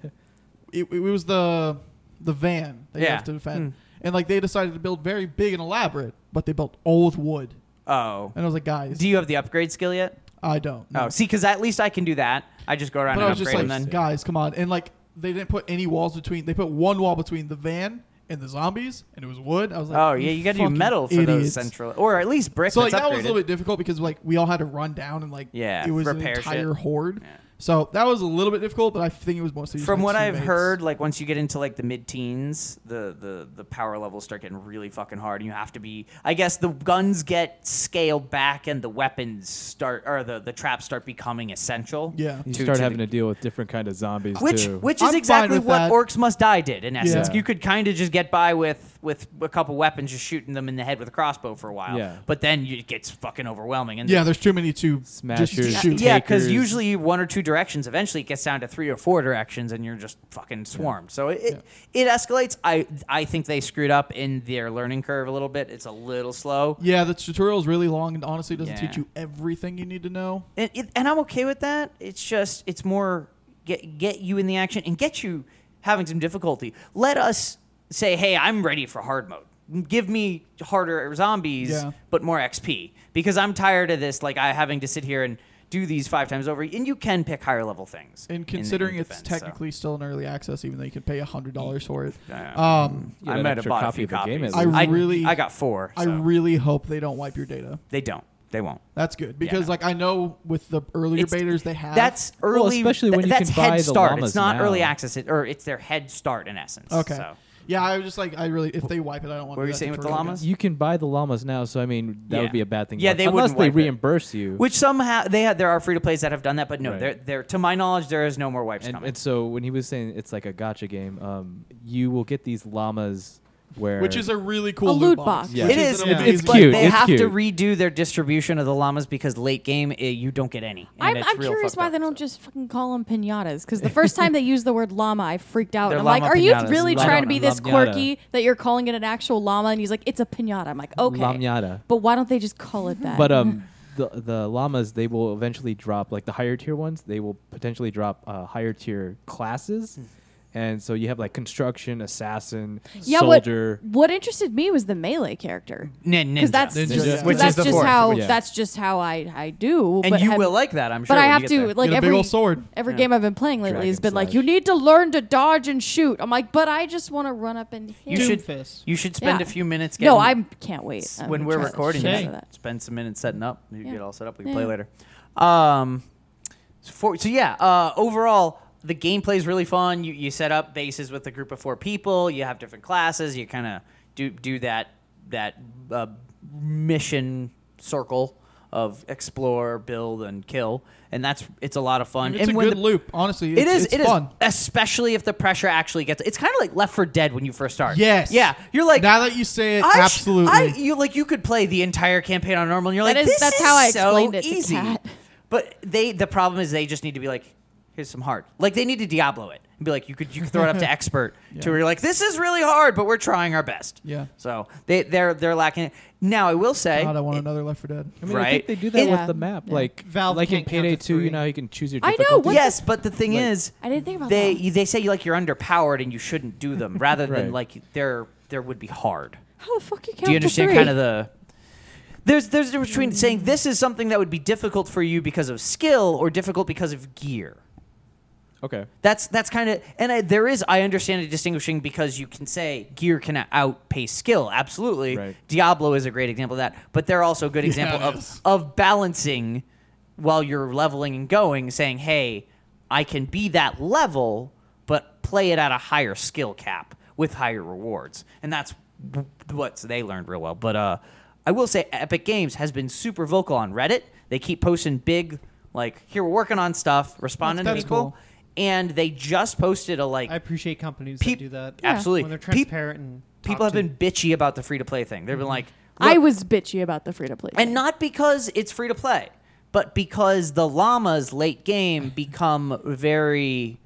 C: it was the the van that you
A: Yeah. Hmm.
C: have to defend, and like they decided to build very big and elaborate, but they built all with wood.
A: Oh.
C: And I was like, guys,
A: Do you have the upgrade skill yet?
C: I don't.
A: Oh, see, because at least I can do that. I just go around
C: But I
A: and
C: was
A: upgrade
C: just like,
A: and then.
C: guys, come on. And like, they didn't put any walls between. They put one wall between the van and the zombies, and it was wood. I was like,
A: Oh, yeah, you got to do
C: fucking
A: metal for those
C: idiots."
A: central. Or at least brick
C: So like
A: that's
C: that was a
A: upgraded.
C: little bit difficult because like we all had to run down and like
A: Yeah,
C: it was an
A: repair
C: entire
A: shit.
C: horde.
A: Yeah.
C: So that was a little bit difficult, but I think it was mostly just
A: From
C: my
A: what I've
C: teammates.
A: heard, like once you get into like the mid-teens, the, the the power levels start getting really fucking hard, and you have to be. I guess the guns get scaled back, and the weapons start, or the the traps start becoming essential.
C: Yeah.
E: You
A: to-
E: start
A: to
E: having
A: the-
E: to deal with different kind of zombies
A: which
E: too.
A: which
C: I'm
A: is
C: fine
A: exactly
C: with
A: what
C: that.
A: Orcs Must Die did in essence.
C: Yeah.
A: You could kind of just get by with with a couple weapons, just shooting them in the head with a crossbow for a while.
E: Yeah.
A: But then you- it gets fucking overwhelming. And
C: Yeah, there's too many to
E: Smashers.
C: just shoot.
A: yeah, because
E: takers.
A: usually one or two directions. Eventually, it gets down to three or four directions, and you're just fucking swarmed. So it, it it escalates. I I think they screwed up in their learning curve a little bit. It's a little slow.
C: Yeah, the tutorial is really long and honestly doesn't
A: Yeah.
C: teach you everything you need to know.
A: and, it, and I'm okay with that. It's just it's more get get you in the action and get you having some difficulty. Let us say, hey, I'm ready for hard mode. Give me harder zombies,
C: Yeah.
A: but more XP because I'm tired of this. Like I having to sit here and do these five times over. And you can pick higher level things. in
C: And
A: the- in
C: considering it's
A: defense, so.
C: technically still an early access, even though you could pay hundred dollars for it.
A: Yeah.
C: Um,
E: You
A: I
E: got an
A: might have
E: extra
A: bought a
E: copy
A: few
E: of the game
A: copies.
E: at
C: least. I really-
A: I got four.
C: I
A: Mm-hmm. so.
C: really hope they don't wipe your data.
A: they don't. They won't.
C: That's good because
A: no.
C: like I know with the earlier
A: It's-
C: betas they have
A: That's early.
E: especially when
A: th-
E: you
A: that's
E: can buy
A: head
E: the
A: start.
E: llamas
A: It's not early
E: now.
A: access, it, or it's their head start in essence.
C: okay.
A: So.
C: Yeah, I was just like I really if they wipe it, I don't want.
A: What were you saying with the llamas?
E: You can buy the llamas now, so I mean that
A: Yeah.
E: would be a bad thing.
A: Yeah,
E: Unless-
A: they
E: unless
A: wouldn't
E: they
A: wipe it.
E: reimburse you.
A: Which somehow they had. There are free to plays that have done that, but no,
E: Right.
A: there, there. To my knowledge, there is no more wipes
E: and,
A: coming.
E: and so when he was saying it's like a gotcha game, um, you will get these llamas where
C: Which is a really cool
B: A
C: loot
B: loot
C: box.
B: box.
E: Yeah.
C: which
A: it is.
C: an
F: it's-
C: amazing-
E: it's
A: but
E: cute,
A: They
E: it's
A: have to
E: cute.
A: redo their distribution of the llamas because late game eh, you don't get any. and
B: I'm,
A: it's
B: I'm
A: real
B: curious
A: fucked
B: why
A: up,
B: they
A: so.
B: don't just fucking call them pinatas. Because the first time they used the word llama, I freaked out.
A: They're
B: And I'm like,
A: llama
B: are you
A: pinatas.
B: really
A: Llama-
B: trying to be this
E: lamnata.
B: quirky that you're calling it an actual llama? And he's like, it's a pinata. I'm like, okay.
E: lamnata.
B: But why don't they just call it that?
E: But um, the the llamas they will eventually drop like the higher tier ones. They will potentially drop uh, higher tier classes,
A: Hmm.
E: and so you have like construction, assassin,
B: yeah,
E: soldier.
B: What, what interested me was the melee character.
A: Nin-
B: Because
A: ninja.
B: that's,
C: Ninja,
B: just-
C: yeah.
B: 'cause
A: Which is
B: that's
A: the
B: just
A: fourth.
B: how
E: Yeah.
B: that's just how I, I do.
A: and
B: but
A: you
B: have-
A: will like that, I'm sure.
B: But I
A: when you
B: have
A: get
B: to
A: there.
B: like
C: Get a big
B: every
C: old sword.
B: every
A: Yeah.
B: game I've been playing lately
E: Dragon
B: has been like,
E: slash.
B: you need to learn to dodge and shoot. I'm like, but I just want to run up and hit.
A: You should.
F: Doomfist.
A: You should spend
B: Yeah.
A: a few minutes. Getting,
B: no, I can't wait.
A: s-
B: I'm
A: when
B: gonna
A: we're
B: try the
A: recording
B: shit out
A: this,
B: of that.
A: spend some minutes setting up. You
B: Yeah.
A: get all set up. We can play
B: Yeah.
A: later. Um, for, so yeah, uh, overall the gameplay is really fun. You you set up bases with a group of four people. You have different classes. You kind of do do that that uh, mission circle of explore, build, and kill, and that's it's a lot of fun.
C: And It's
A: and
C: a
A: when
C: good
A: the,
C: loop, honestly.
A: it is.
C: It's
A: it is,
C: fun.
A: especially if the pressure actually gets. It's kind of like Left for Dead when you first start.
C: Yes.
A: Yeah. You're like
C: now that you say it,
A: I sh-
C: absolutely.
A: I, you like you could play the entire campaign on normal, and you're
B: That
A: like,
B: is-
A: this
B: that's
A: is
B: how I
A: so
B: explained it to
A: easy.
B: Kat.
A: But they, the problem is they just need to be like, here's some hard. Like they need to Diablo it and be like, you could you could throw it up to expert to where you're like, this is really hard, but we're trying our best.
C: Yeah.
A: So they they're they're lacking it. Now I will say,
C: God, I want another Left for Dead.
E: I mean, I
A: right?
E: think they do that
B: It-
E: with the
B: Yeah.
E: map. Like
F: Valve
E: like in
F: can't count
E: Payday
F: to
E: Two, you
F: three.
E: know how you can choose your.
B: I know,
E: difficulty.
B: what Uh-huh.
A: yes, but the thing
E: Like-
A: is,
B: I didn't think about
A: they
B: that.
A: they say like you're underpowered and you shouldn't do them, rather than
E: Right.
A: like there there would be hard.
B: How the fuck you count
A: Do you understand
B: to three?
A: kind of the There's there's a difference between saying this is something that would be difficult for you because of skill or difficult because of gear.
E: Okay.
A: That's that's kind of and I, there is I understand it distinguishing because you can say gear can outpace skill absolutely.
E: Right.
A: Diablo is a great example of that, but they're also a good example
C: it
A: of
C: is.
A: of balancing while you're leveling and going, saying, "Hey, I can be that level, but play it at a higher skill cap with higher rewards," and that's w- what they learned real well. But uh, I will say, Epic Games has been super vocal on Reddit. They keep posting big like, "Here we're working on stuff," responding to
C: That's
A: people
C: cool.
A: and they just posted a like
F: I appreciate companies
A: Peop-
F: that do that.
A: Yeah. absolutely.
F: When they're
A: Peop-
F: transparent and talk
A: people have
F: to-
A: been bitchy about the free to play thing. They've been like
B: I
A: "Look,"
B: was bitchy about the free to play.
A: and not because it's free to play, but because the llamas late game become very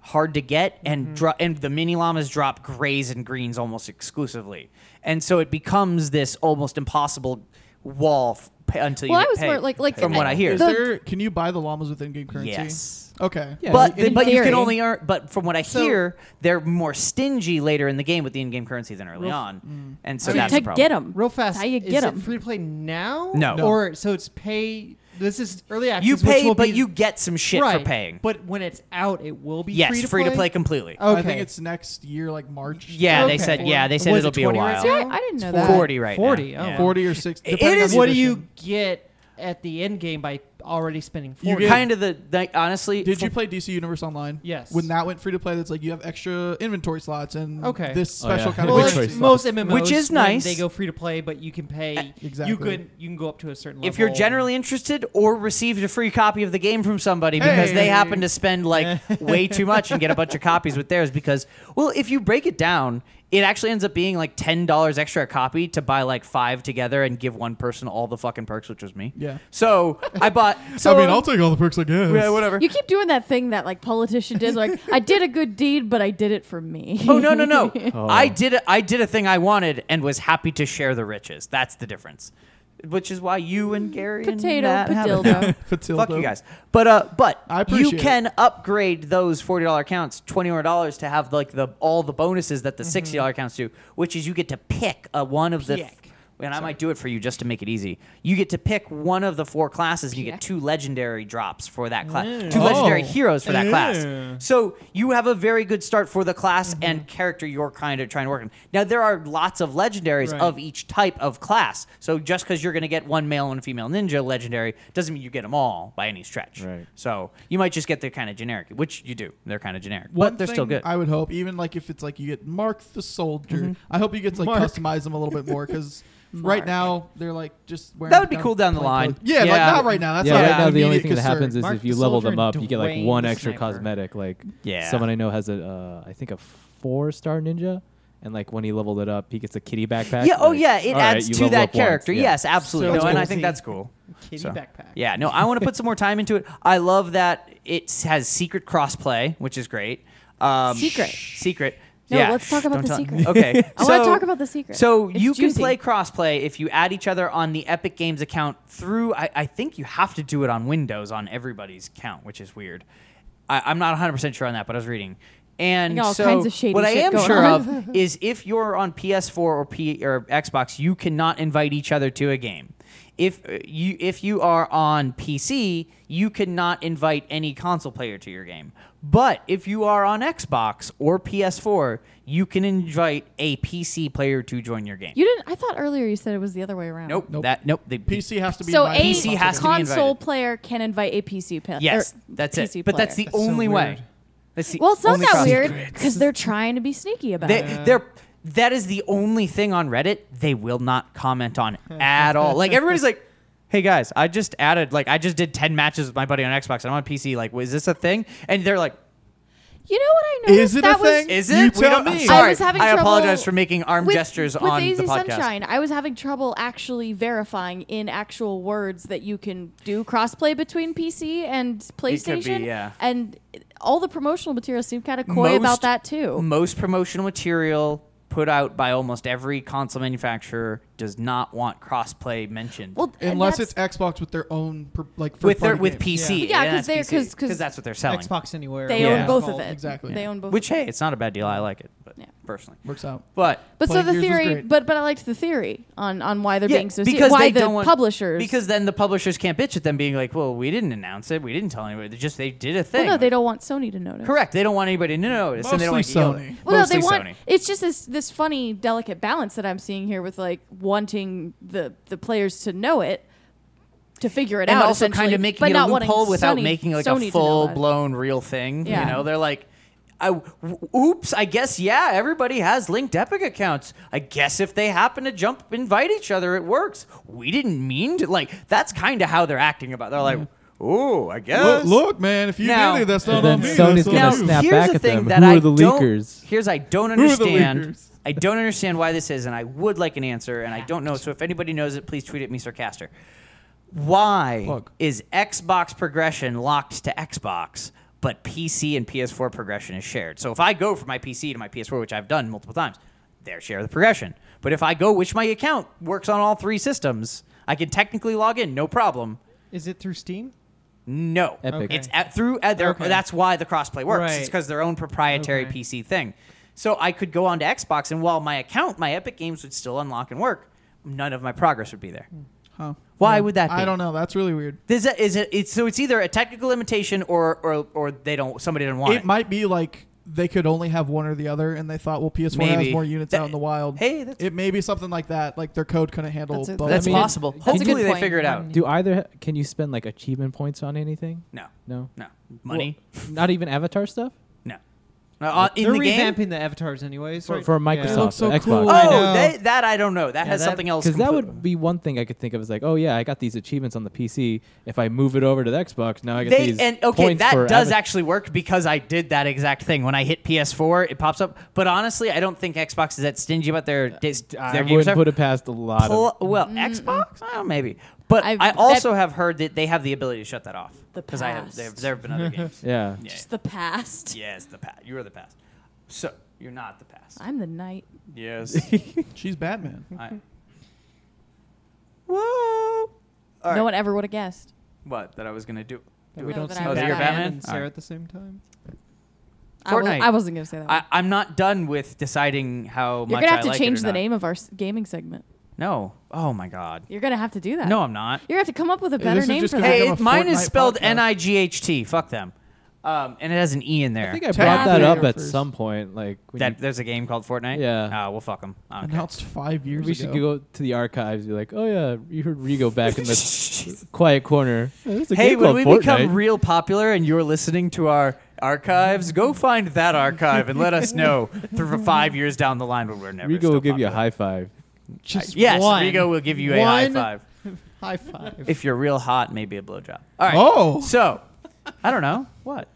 A: hard to get and dro- and the mini llamas drop grays and greens almost exclusively. And so it becomes this almost impossible wall f- pay, until
B: Well,
A: you
B: I
A: hit
B: was
A: pay,
B: more like- like-
A: from what I hear.
C: Is
B: The-
C: there, can you buy the llamas with in-game currency?
A: yes.
C: Okay.
E: Yeah,
A: but
E: you-
A: th- but you can
B: theory.
A: only earn. But from what I
F: So-
A: hear, they're more stingy later in the game with the in-game currency than early
F: Real- mm.
A: on, and so
B: to,
A: that's
B: to
A: a problem.
B: get them
F: real fast.
B: How you
F: is
B: get
F: it
B: them?
F: free to play now?
A: No. No.
F: Or so it's pay. This is early access.
A: You
F: which
A: pay,
F: will
A: but
F: be-
A: you get some shit
F: right,
A: for paying.
F: But when it's out, it will be
A: yes,
F: free to play.
A: completely.
F: Okay.
C: I think it's next year, like March.
A: yeah, they
F: okay.
A: said. Yeah, they said
F: Was it
A: it'll be a
F: 20
A: while.
F: right
B: See,
F: now?
B: I, I didn't know
F: It's
B: that.
A: Forty right
F: 40,
A: now.
F: oh.
A: yeah.
C: forty or sixty.
A: It
C: depending on
A: is-
C: the
F: what do you
C: edition.
F: get at the end game by already spending
C: You
F: forty?
C: get-
A: Kind of the like, honestly.
C: Did
A: for-
C: you play DC Universe Online?
F: Yes.
C: When that went free to play, that's like you have extra inventory slots and
F: Okay.
C: this
E: Oh, yeah.
C: special kind
F: well,
C: of
E: Which
F: it's
E: choice
C: currency.
E: mo-
F: most MMOs,
A: Which is
F: when
A: nice.
F: They go free to play, but you can pay.
C: Exactly.
F: You could you can go up to a certain level.
A: If you're generally interested or received a free copy of the game from somebody because they
C: Hey.
A: happen to spend like way too much and get a bunch of copies with theirs because well if you break it down it actually ends up being like $10 extra a copy to buy like five together and give one person all the fucking perks which was me.
C: Yeah.
A: So, I bought so
C: take all the perks I guess.
A: yeah, whatever.
B: You keep doing that thing that like politician did. Like I did a good deed, but I did it for me.
A: Oh no no no!
E: Oh.
A: I did a, I did a thing I wanted and was happy to share the riches. That's the difference, which is why you and Gary and
B: Potato,
A: Matt have it.
B: padildo.
C: Patilda.
A: Fuck you guys. But uh, but
C: I
A: you
C: appreciate it.
A: can upgrade those forty dollar accounts, twenty more dollars to have like the all the bonuses that the sixty dollar accounts do, which is you get to pick a one of the.
F: Pick.
A: and I might do it for you just to make it easy. You get to pick one of the four classes. and You get
B: Pick.
A: two legendary drops for that class,
F: Mm.
A: two legendary
F: Oh.
A: heroes for that
F: Yeah.
A: class. So you have a very good start for the class
E: Mm-hmm.
A: and character you're kind of trying to work on. Now there are lots of legendaries
F: Right.
A: of each type of class. So just because you're going to get one male and female ninja legendary doesn't mean you get them all by any stretch.
E: Right.
A: So you might just get the kind of generic, which you do. They're kind of generic,
C: One
A: but they're still
C: thing
A: good.
C: I would hope, even like if it's like you get Mark the Soldier,
E: Mm-hmm.
C: I hope you get to like customize them a little bit more because right now they're like just wearing
A: That would be
C: down
A: cool down the
C: plain
A: line.
C: clothes. Yeah,
A: Yeah.
C: like not right now. That's
E: yeah,
C: not
E: right
C: an
E: now the only
C: immediate
E: thing that
C: concern.
E: happens is
F: Mark
E: if
F: the
E: you level
F: Soldier
E: them
F: and
E: up, you get like
F: Dwayne
E: one
F: the
E: extra
F: Sniper.
E: cosmetic. Like
A: Yeah.
E: someone I know has a, uh, I think a four star ninja, and like when he leveled it up, he gets a kitty backpack.
A: yeah. Oh
E: like,
A: yeah. It
E: all right,
A: adds
E: you
A: to
E: level
A: that
E: up once,
A: character.
E: yeah.
A: Yes, absolutely.
F: So
A: no,
F: it's
A: and I
F: cool.
A: think that's cool.
F: kitty
A: So,
F: backpack.
A: Yeah, no, I want to put some more time into it. I love that it has secret crossplay, which is great. Um,
B: Secret.
A: secret.
B: No,
A: yeah.
B: let's talk
A: shh,
B: about
A: don't
B: the
A: tell-
B: secret.
A: Okay,
B: I wanna
A: so-
B: talk about the secret.
A: So
B: It's
A: you can
B: juicy.
A: play crossplay if you add each other on the Epic Games account through. I, I think you have to do it on Windows on everybody's account, which is weird. I, I'm not 100 percent sure on that, but I was reading. And
B: You got all
A: so
B: kinds of shady
A: what I
B: shit
A: am
B: going
A: sure
B: on.
A: of Mm-hmm. is if you're on PS4 or P or Xbox, you cannot invite each other to a game. If uh, you if you are on PC, you cannot invite any console player to your game. But if you are on Xbox or PS4, you can invite a PC player to join your game.
B: You didn't. I thought earlier you said it was the other way around.
A: nope,
C: Nope.
A: that nope. The
C: PC has to be
B: So a
C: invited.
A: PC has to be
B: console
A: invited.
B: player can invite a PC player.
A: yes, that's it. But that's the
F: so
A: only way.
F: weird.
A: That's the
B: Well, it's not
A: only
B: that
A: cross-
B: weird because they're trying to be sneaky about
A: They,
B: it.
A: they're that is the only thing on Reddit they will not comment on at all. Like everybody's like, "Hey guys, I just added like I just did ten matches with my buddy on Xbox. and I'm on PC. Like, was this a thing?" And they're like,
B: You know what I noticed?
C: Is it
B: that
C: a
B: was,
C: thing?
A: "Is
C: You
A: it?"
C: tell
A: don't- I'm
C: me.
A: sorry.
B: I was having
A: I
B: trouble
A: apologize for making arm
B: with-
A: gestures
B: with
A: on
B: AZ
A: the podcast.
B: Sunshine, I was having trouble actually verifying in actual words that you can do crossplay between PC and PlayStation.
A: yeah.
B: And all the promotional materials seem kind of coy
A: Most-
B: about that too.
A: Most promotional material put out by almost every console manufacturer does not want crossplay mentioned.
B: Well, and
C: Unless
B: that's-
C: it's Xbox with their own per, like
A: with their,
C: first-party
A: with
C: games.
A: PC,
B: Yeah,
A: and
B: 'cause
A: that's
B: they're-
A: PC,
B: 'cause-
A: that's what they're selling.
F: Xbox Anywhere.
B: they
A: Yeah.
B: own both of
C: Called-
B: it.
C: exactly.
B: They own both.
A: Which hey, it's not a bad deal. I like it, but
B: Yeah.
A: personally,
C: Works out.
A: but
B: But so
C: Playing
B: the
C: Gears was
B: theory,
C: great.
B: but but I liked the theory on on why they're
A: Yeah,
B: being so serious. Why the
A: want-
B: publishers?
A: Because then the publishers can't bitch at them being like, "Well, we didn't announce it. We didn't tell anybody. They just they did a
B: well,
A: thing."
B: no, they don't want Sony to notice.
A: Correct. They don't want anybody to notice, and they don't want to
C: Mostly
A: yell at-
C: Sony.
B: Well, no,
A: Mostly
B: they want.
A: Sony.
B: It's just this this funny, delicate balance that I'm seeing here with like wanting the the players to know it, to figure it
A: and
B: out,
A: also
B: essentially,
A: kind of making
B: but
A: it a
B: not wanting
A: loophole without
B: Sony-
A: making like
B: Sony to
A: a
B: know
A: full
B: that.
A: blown real thing.
B: Yeah.
A: You know, they're like, I, w- oops, I guess yeah, everybody has linked Epic accounts. I guess if they happen to jump invite each other, it works. We didn't mean to. Like that's kind of how they're acting about. They're like, ooh, I
C: Mm-hmm. Look,
A: guess.
C: look, man, if you
A: Now-
C: did it, that's not
E: And
C: on
E: then
C: me.
E: Sony's
C: that's on
E: gonna
A: Now
C: you.
E: snap
A: here's
E: back
A: the
E: at
A: thing
E: them.
A: that
E: Who
A: I
E: are the
A: don't.
E: leakers?
A: Here's I don't
C: Who are the
A: understand.
C: leakers?
A: I don't understand why this is, and I would like an answer, and I don't know. So if anybody knows it, please tweet at me, Sarcaster. Why
C: Plug.
A: is Xbox progression locked to Xbox, but PC and PS4 progression is shared? So if I go from my PC to my PS4, which I've done multiple times, they're share the progression. But if I go, which my account works on all three systems, I can technically log in, no problem.
F: Is it through Steam?
A: No,
E: Epic.
A: it's at, through at their,
F: Okay.
A: that's why the crossplay works.
F: Right.
A: It's because their own proprietary
F: Okay.
A: PC thing. So I could go onto Xbox, and while my account, my Epic games would still unlock and work, none of my progress would be there.
F: Hmm.
C: Huh.
A: Why would that be?
C: I don't know. That's really weird.
A: Is it, is it, it's, so it's either a technical limitation or or, or they don't somebody didn't want it.
C: It might be like they could only have one or the other, and they thought, well, PS4
A: Maybe.
C: has more units
A: That-
C: out in the wild.
A: hey, that's,
C: It may be something like that. Like their code couldn't handle
B: That's a-
C: both.
A: that's
E: I mean-
A: possible.
B: That's a good
A: Hopefully they
B: point.
A: figure it out.
E: Do either can you spend like achievement points on anything?
A: No,
E: No.
A: no money,
E: Not even avatar stuff?
A: no. Uh, in
F: They're
A: the game.
F: revamping the avatars anyways.
E: For,
F: right?
E: for
F: Yeah.
E: Microsoft,
C: It looks so
E: Xbox.
C: cool.
F: I
A: Oh,
F: know.
A: they, that I don't know. That
F: Yeah,
A: has
F: that-
A: something else.
E: Because that would
A: completely.
E: be one thing I could think of is like, oh yeah, I got these achievements on the PC. If I move it over to the Xbox, now I get
A: They
E: these
A: and okay,
E: points
A: that
E: for
A: does
E: avatar-
A: actually work because I did that exact thing when I hit PS4. It pops up, but honestly, I don't think Xbox is that stingy about their dis-
E: I
A: their games.
E: wouldn't put it past a lot
A: Pl-
E: of.
A: well, Xbox, I don't know, maybe, but i
B: Mm. I've-
A: also
B: that-
A: have heard that they have the ability to shut that off
B: The
A: I have. There,
B: past.
A: there have been other games.
E: Yeah.
A: Yeah.
B: Just the past.
A: Yes, the past. You are the past. So you're not the past.
B: I'm the knight.
A: Yes.
C: She's Batman.
A: I. Whoa. All
B: No
A: right.
B: one ever would have guessed.
A: What that I was gonna do?
F: That
B: we No, don't
F: see
B: that I'm
A: Oh, you're Batman?
F: and Sarah
A: Alright.
F: at the same time.
B: I, was,
A: Fortnite.
B: I wasn't gonna say that.
A: I, I'm not done with deciding how
B: You're
A: much
B: gonna have
A: I
B: to
A: like it or
B: change the
A: not.
B: name of our s- gaming segment.
A: No. Oh my God.
B: You're gonna have to do that.
A: No, I'm not.
B: You're gonna have to come up with a
C: Hey,
B: better
C: this is
B: name
C: just
B: for
C: gonna
B: that.
C: become
A: Hey,
C: a
A: mine is
C: Fortnite
A: spelled
C: podcast.
A: N I G H T. Fuck them. Um, and it has an E in there.
E: I think I brought that
B: Yeah.
E: up at
C: First.
E: some point. Like when
A: that
E: you-
A: there's a game called Fortnite.
E: Yeah.
A: Uh, we'll fuck them.
C: Announced five years
E: we
C: ago.
E: should go to the archives. Be like, oh yeah, you heard Rigo back in the quiet corner. Oh, there's a
A: Hey,
E: game
A: when
E: called
A: we
E: Fortnite."
A: become real popular and you're listening to our archives, go find that archive and let us know through for five years down the line when we're never.
E: Rigo
A: still
E: will give you a
A: popular.
E: high five.
F: Just
A: Yes,
F: one.
A: Rigo will give you a high
F: One
A: five.
F: High five.
A: If you're real hot, maybe a blowjob. All right.
C: Oh.
A: So, I don't know what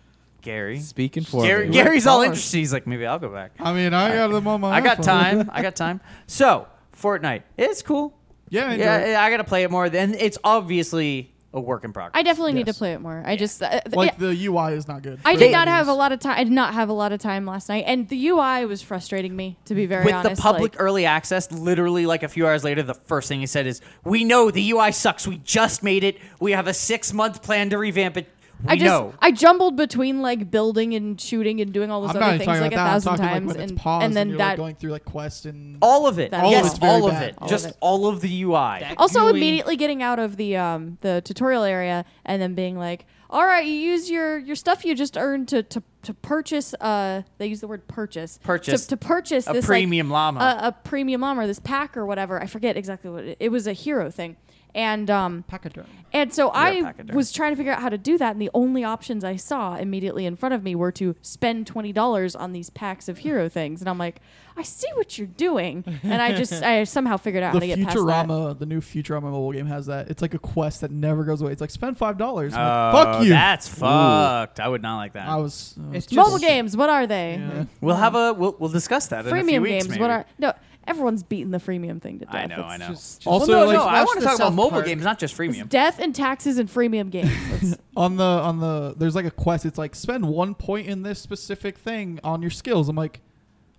A: Gary.
E: Speaking for
A: Gary
E: me.
A: Gary's all
C: Colin.
A: interested. He's like, maybe I'll go back.
C: I mean, I got them on my.
A: I got
C: iPhone.
A: time. I got time. So Fortnite, it's cool.
C: Yeah, I enjoy
A: yeah,
C: it.
A: I gotta play it more. Then it's obviously a work in progress.
B: I definitely need to
C: Yes.
B: play it more. I just uh, th-
C: Like
B: yeah,
C: the UI is not good.
B: I
C: for
B: did
C: the
B: not have a
C: reviews.
B: lot of time. I did not have a lot of time last night, and the UI was frustrating me to be very
A: with
B: honest.
A: the public
B: like-
A: early access, literally like a few hours later, the first thing he said is, "We know the UI sucks. We just made it. We have a six month plan to revamp it. We
B: I just
A: know."
B: I jumbled between like building and shooting and doing all those
C: I'm
B: other
C: not even
B: things
C: talking
B: like a
C: about that. I'm
B: thousand
C: talking
B: times,
C: like when
B: and,
C: it's paused
B: and then
C: you're, like,
B: that
C: going through like quest and
A: all of it.
B: That
A: yes,
B: was
C: very
A: all of
C: bad.
A: it.
B: All of
A: just
B: it.
A: all of the UI.
B: Also,
F: gooey.
B: immediately getting out of the um, the tutorial area and then being like, "All right, you use your your stuff you just earned to to, to purchase." Uh, they use the word purchase.
A: Purchase.
B: to, to purchase
A: A
B: this
A: premium
B: like,
A: llama.
B: a, a premium llama, or this pack or whatever. I forget exactly what it, it was. A hero thing, and um,
F: Pachyderm.
B: and so I
A: pachyderm.
B: was trying to figure out how to do that, and the only options I saw immediately in front of me were to spend twenty dollars on these packs of hero things, and I'm like, I see what you're doing, and I just I somehow figured out
C: the
B: how to get past that.
C: Futurama, the new Futurama mobile game has that. It's like a quest that never goes away. It's like spend five dollars.
A: Oh,
C: Fuck you.
A: That's fucked. I would not like that.
C: I was. I was
F: It's
C: just-
B: Mobile games, what are they?
C: Yeah.
A: we'll have a we'll, we'll discuss that. in a few
B: Freemium
A: weeks,
B: games,
A: maybe.
B: what are no? Everyone's beaten the freemium thing to death.
A: I know.
B: It's
A: I know.
F: Just, just
C: Also,
A: well, no,
C: like,
A: no. I
F: watch
A: want to
F: the
A: talk about
F: South
A: mobile
F: Park.
A: games, not just
B: it's
A: freemium.
B: death and taxes and freemium games. It's-
C: on the on the there's like a quest. It's like spend one point in this specific thing on your skills. I'm like,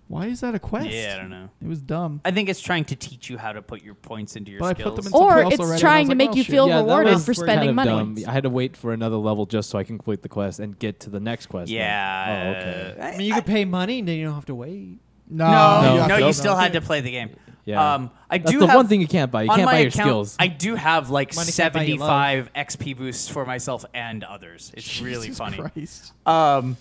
C: Why is that a quest?
A: Yeah, I don't know.
C: It was dumb.
A: I think it's trying to teach you how to put your points into your
C: But I put
A: skills.
C: them in-
B: Or
C: Something else already, and I
B: it's
C: was
B: trying to
C: like,
B: make
C: oh,
B: you
C: shit.
B: feel
E: Yeah, that
B: rewarded
E: was
B: for
E: kind
B: spending
E: of
B: money.
E: dumb. I had to wait for another level just so I can complete the quest and get to the next quest. Like,
A: yeah.
E: oh, okay.
F: I mean, you could pay money and then you don't have to wait.
C: No,
A: No, no,
E: No,
A: you
E: no.
A: still had to play the game.
E: Yeah.
A: Um, I
E: That's
A: do
E: the
A: have,
E: one thing you can't buy. You
A: on
E: can't
A: my
E: buy your
A: account,
E: skills.
A: I do have like
F: Money can't buy you love.
A: 75 XP boosts for myself and others. It's really
C: Jesus
A: funny.
C: Christ.
A: Um,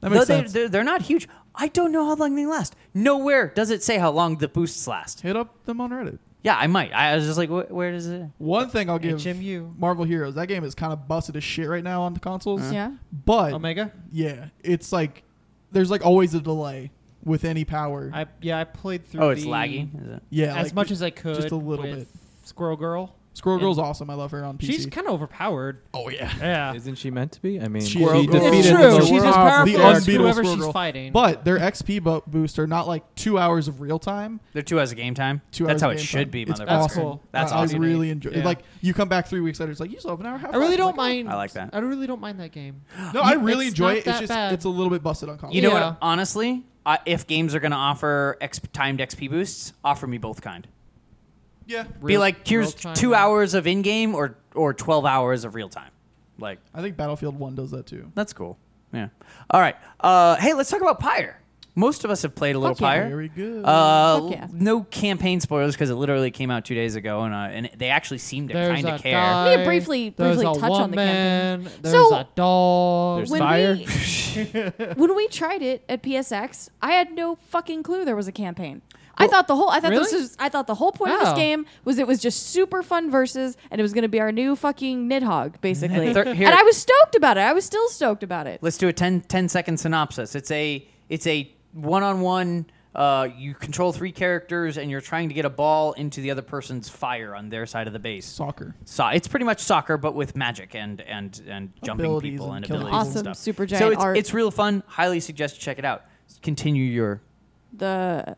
C: That makes
A: though they,
C: sense.
A: They're, they're not huge. I don't know how long they last. Nowhere does it say how long the boosts last.
C: Hit up them on Reddit.
A: Yeah, I might. I was just like, wh- where does it?
C: One thing I'll give
F: HMU.
C: Marvel Heroes. That game is kind of busted as shit right now on the consoles.
A: Uh-huh.
B: Yeah.
C: But
F: Omega.
C: yeah, it's like there's like always a delay with any power.
F: I yeah, I played through.
A: Oh, it's
F: the-
A: laggy. Is it?
C: yeah,
F: As
C: like,
F: much as I could.
C: a little
F: with
C: bit.
F: Squirrel Girl.
C: Squirrel Girl's awesome. I love her on PC.
F: She's kind of overpowered.
C: oh yeah,
F: Yeah.
E: Isn't she meant to be? I mean,
C: She
E: she
C: is.
E: defeated
F: It's
E: the
F: true.
E: world.
F: She's as
C: Wow.
F: powerful
C: The
F: as
C: unbeatable
F: whoever
C: Squirrel
F: she's
C: Girl.
F: fighting.
C: But their XP bo- boosts are not like two hours of real time.
A: They're two hours of game time.
C: Two
A: That's
C: hours
A: how
C: of
A: it
C: game
A: should
C: time.
A: be,
C: It's
A: motherfucker.
F: That's
C: awesome.
F: cool.
A: That's
C: I,
A: awesome.
C: I really enjoy.
F: Yeah.
C: it. Like you come back three weeks later, it's like you still have an hour.
F: I really don't mind.
A: I like that.
F: I really don't mind that game.
C: No, I really
F: It's
C: enjoy
F: not
C: it. It's
F: that
C: just
F: bad.
C: it's a little bit busted on console.
A: You know
F: Yeah.
A: what? Honestly, I, if games are going to offer X, timed XP boosts, offer me both kind.
C: yeah,
A: be
F: Real-
A: like, here's
F: real-time
A: two
F: and-
A: hours of in game or or twelve hours of real time. Like
C: I think Battlefield One does that too.
A: that's cool. Yeah. All right. Uh, hey, let's talk about Pyre. Most of us have played a little
B: Fuck yeah.
A: Pyre.
C: Very good.
A: Uh,
B: Fuck yeah.
A: no campaign spoilers because it literally came out two days ago, and uh, and they actually seem to
D: There's
A: kind
D: a
A: of care.
D: guy.
B: We need to briefly-
D: there's
B: briefly
D: a
B: touch
D: woman,
B: on the campaign.
D: There's
B: So-
D: a dog.
E: There's
B: when
E: fire.
B: we when we tried it at PSX, I had no fucking clue there was a campaign. I thought the whole I thought this
D: really?
B: was I thought the whole point of this
D: Wow.
B: game was it was just super fun versus and it was going to be our new fucking Nidhogg basically.
A: Thir- here.
B: and I was stoked about it. I was still stoked about it.
A: Let's do a 10, 10 second synopsis. It's a it's a one on one. Uh, you control three characters, and you're trying to get a ball into the other person's fire on their side of the base.
C: Soccer.
A: So it's pretty much soccer, but with magic and and and jumping
C: Abilities
A: people and,
C: and killing
A: abilities
B: people.
A: and
B: Awesome,
A: stuff.
B: super giant
A: so it's,
B: art.
A: it's real fun. Highly suggest you check it out. Continue your
B: The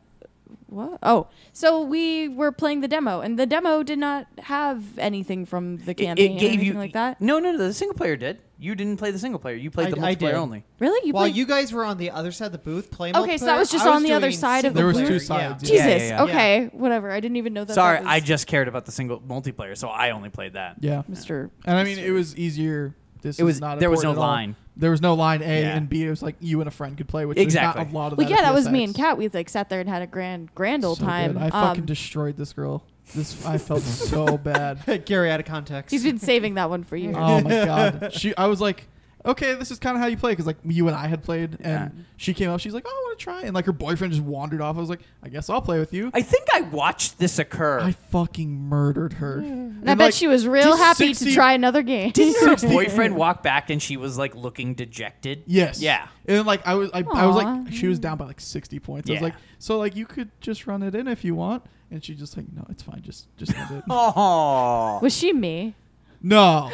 B: what? Oh, so we were playing the demo and the demo did not have anything from the
A: it-
B: campaign
A: it
B: or
A: gave
B: anything
A: you
B: like that.
A: No, no, no. The single player did. You didn't play the single player. You played
F: I-
A: the
F: I
A: multiplayer
F: did.
A: only.
B: Really? You
F: While
B: played-
F: you guys were on the other side of the booth playing,
B: Okay, so that
F: multiplayer,
B: was just
F: I
B: on the other
F: doing
B: side of the
F: single
C: booth? There was two
F: player,
C: sides,
F: Yeah.
C: yeah.
B: Jesus.
A: yeah,
F: yeah.
B: Okay, whatever. I didn't even know that.
A: Sorry,
B: that was
A: I just cared about the single multiplayer, so I only played that.
C: Yeah,
B: Mr.
C: and I mean it was easier. This
A: It was-
C: is not
A: there was
C: important
A: no
C: at all.
A: line.
C: There was no line A
A: Yeah.
C: and B. It was like you and a friend could play, which
A: Exactly.
C: there's not a lot of.
B: Well,
C: that
B: yeah,
C: at
B: that was
C: PSX.
B: me and Kat. We like sat there and had a grand, grand old
C: So
B: time.
C: good. I
B: Um,
C: fucking destroyed this girl. This I felt so bad.
F: Gary out of context.
B: he's been saving that one for years.
C: Oh my god. She I was like, okay, this is kind of how you play because like you and I had played, and
A: Yeah.
C: she came up. She's like, oh, I want to try, and like her boyfriend just wandered off. I was like, I guess I'll play with you.
A: I think I watched this occur.
C: I fucking murdered her.
B: and I bet she was real happy to try another game.
A: Didn't her boyfriend walk back and she was like looking dejected?
C: Yes.
A: Yeah.
C: And then, like I was, I, I was
B: Aw.
C: like, she was down by like sixty points. I
A: Yeah.
C: was like, so like you could just run it in if you want, and she just like, no, it's fine, just just end it.
A: Oh.
B: Was she me?
C: no,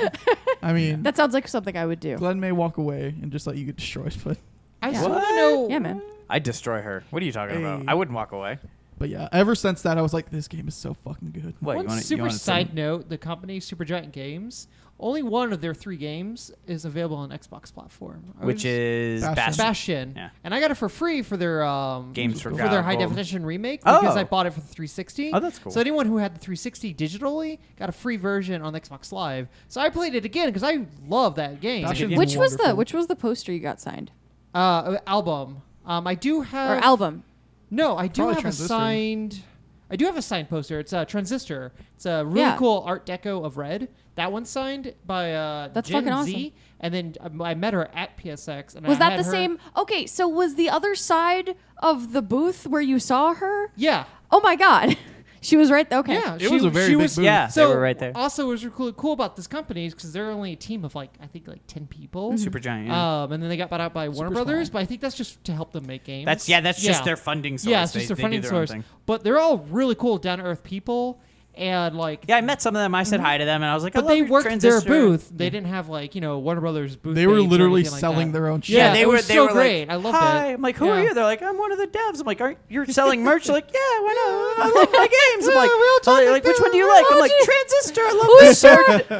C: I mean,
B: That sounds like something I would do.
C: Glenn may walk away and just let you get destroyed, but
D: I
B: Yeah.
D: still want to know.
B: Yeah, man.
A: I'd destroy her. What are you talking about?
C: Hey.
A: I wouldn't walk away.
C: but yeah. Ever since that, I was like, this game is so fucking good.
A: What?
D: One
A: you wanna, you
D: super
A: wanna say-
D: side note: the company Supergiant Games, only one of their three games is available on Xbox platform, I was-
A: Which is
C: Bastion.
A: Bastion.
D: Bastion.
A: Yeah.
D: And I got it for free for their um,
A: Games for
D: for their
A: Gold.
D: high definition remake because
A: Oh.
D: I bought it for the 360.
A: Oh, that's cool.
D: So anyone who had the 360 digitally got a free version on Xbox Live. So I played it again because I love that game.
C: Bastion's
B: Which was the
C: wonderful.
B: Which was the poster you got signed
D: Uh, album. Um, I do
C: Uh,
D: have
B: or album?
D: no, I do
C: Probably
D: have
C: Transistor.
D: a signed. I do have a signed poster. It's a transistor. It's a really
B: Yeah.
D: cool Art Deco of red. That one's signed by uh,
B: That's
D: Gen
B: fucking
D: Z. And then um, I met her at PSX. And
B: Was
D: I
B: that
D: had
B: the
D: her-
B: same? Okay, so was the other side of the booth where you saw her?
D: Yeah.
B: Oh my god, she was right. Okay,
D: Yeah,
C: It
D: she
C: was a very
D: she
C: big
D: was,
C: booth.
A: Yeah,
D: So
A: they were right there.
D: Also, what was really cool about this company is because they're only a team of like I think like ten people.
C: Mm-hmm.
A: Super giant. Yeah.
D: Um, and then they got bought out by Warner Brothers, but I think that's just to help them make games.
A: that's yeah. That's just their funding source.
D: Yeah, it's
A: They-
D: just their
A: they do
D: funding
A: own
D: source.
A: thing.
D: But they're all really cool, down to earth people, and like.
A: Yeah, I met some of them. I said hi to them, and I was like,
D: Mm-hmm.
A: I
D: But
A: love
D: they
A: your
D: worked their
A: transistor.
D: booth. They didn't have like you know Warner Brothers booth.
C: They were
D: dates or
C: literally
D: anything like
C: selling
D: that.
C: their own shit.
A: Yeah,
D: Yeah,
A: they
D: it
A: were.
D: was
A: they
D: so
A: were
D: great.
A: Like,
D: I loved
A: Hi.
D: it.
A: I'm like, who are
D: Yeah.
A: you? They're like, I'm one of the devs. I'm like, are you're selling merch? They're like, yeah, why not? I love my games. I'm like,
B: Yeah, we all
A: I'm like,
B: talk
A: like, which
B: about
A: one do you like? I'm like,
B: technology.
A: transistor. I love this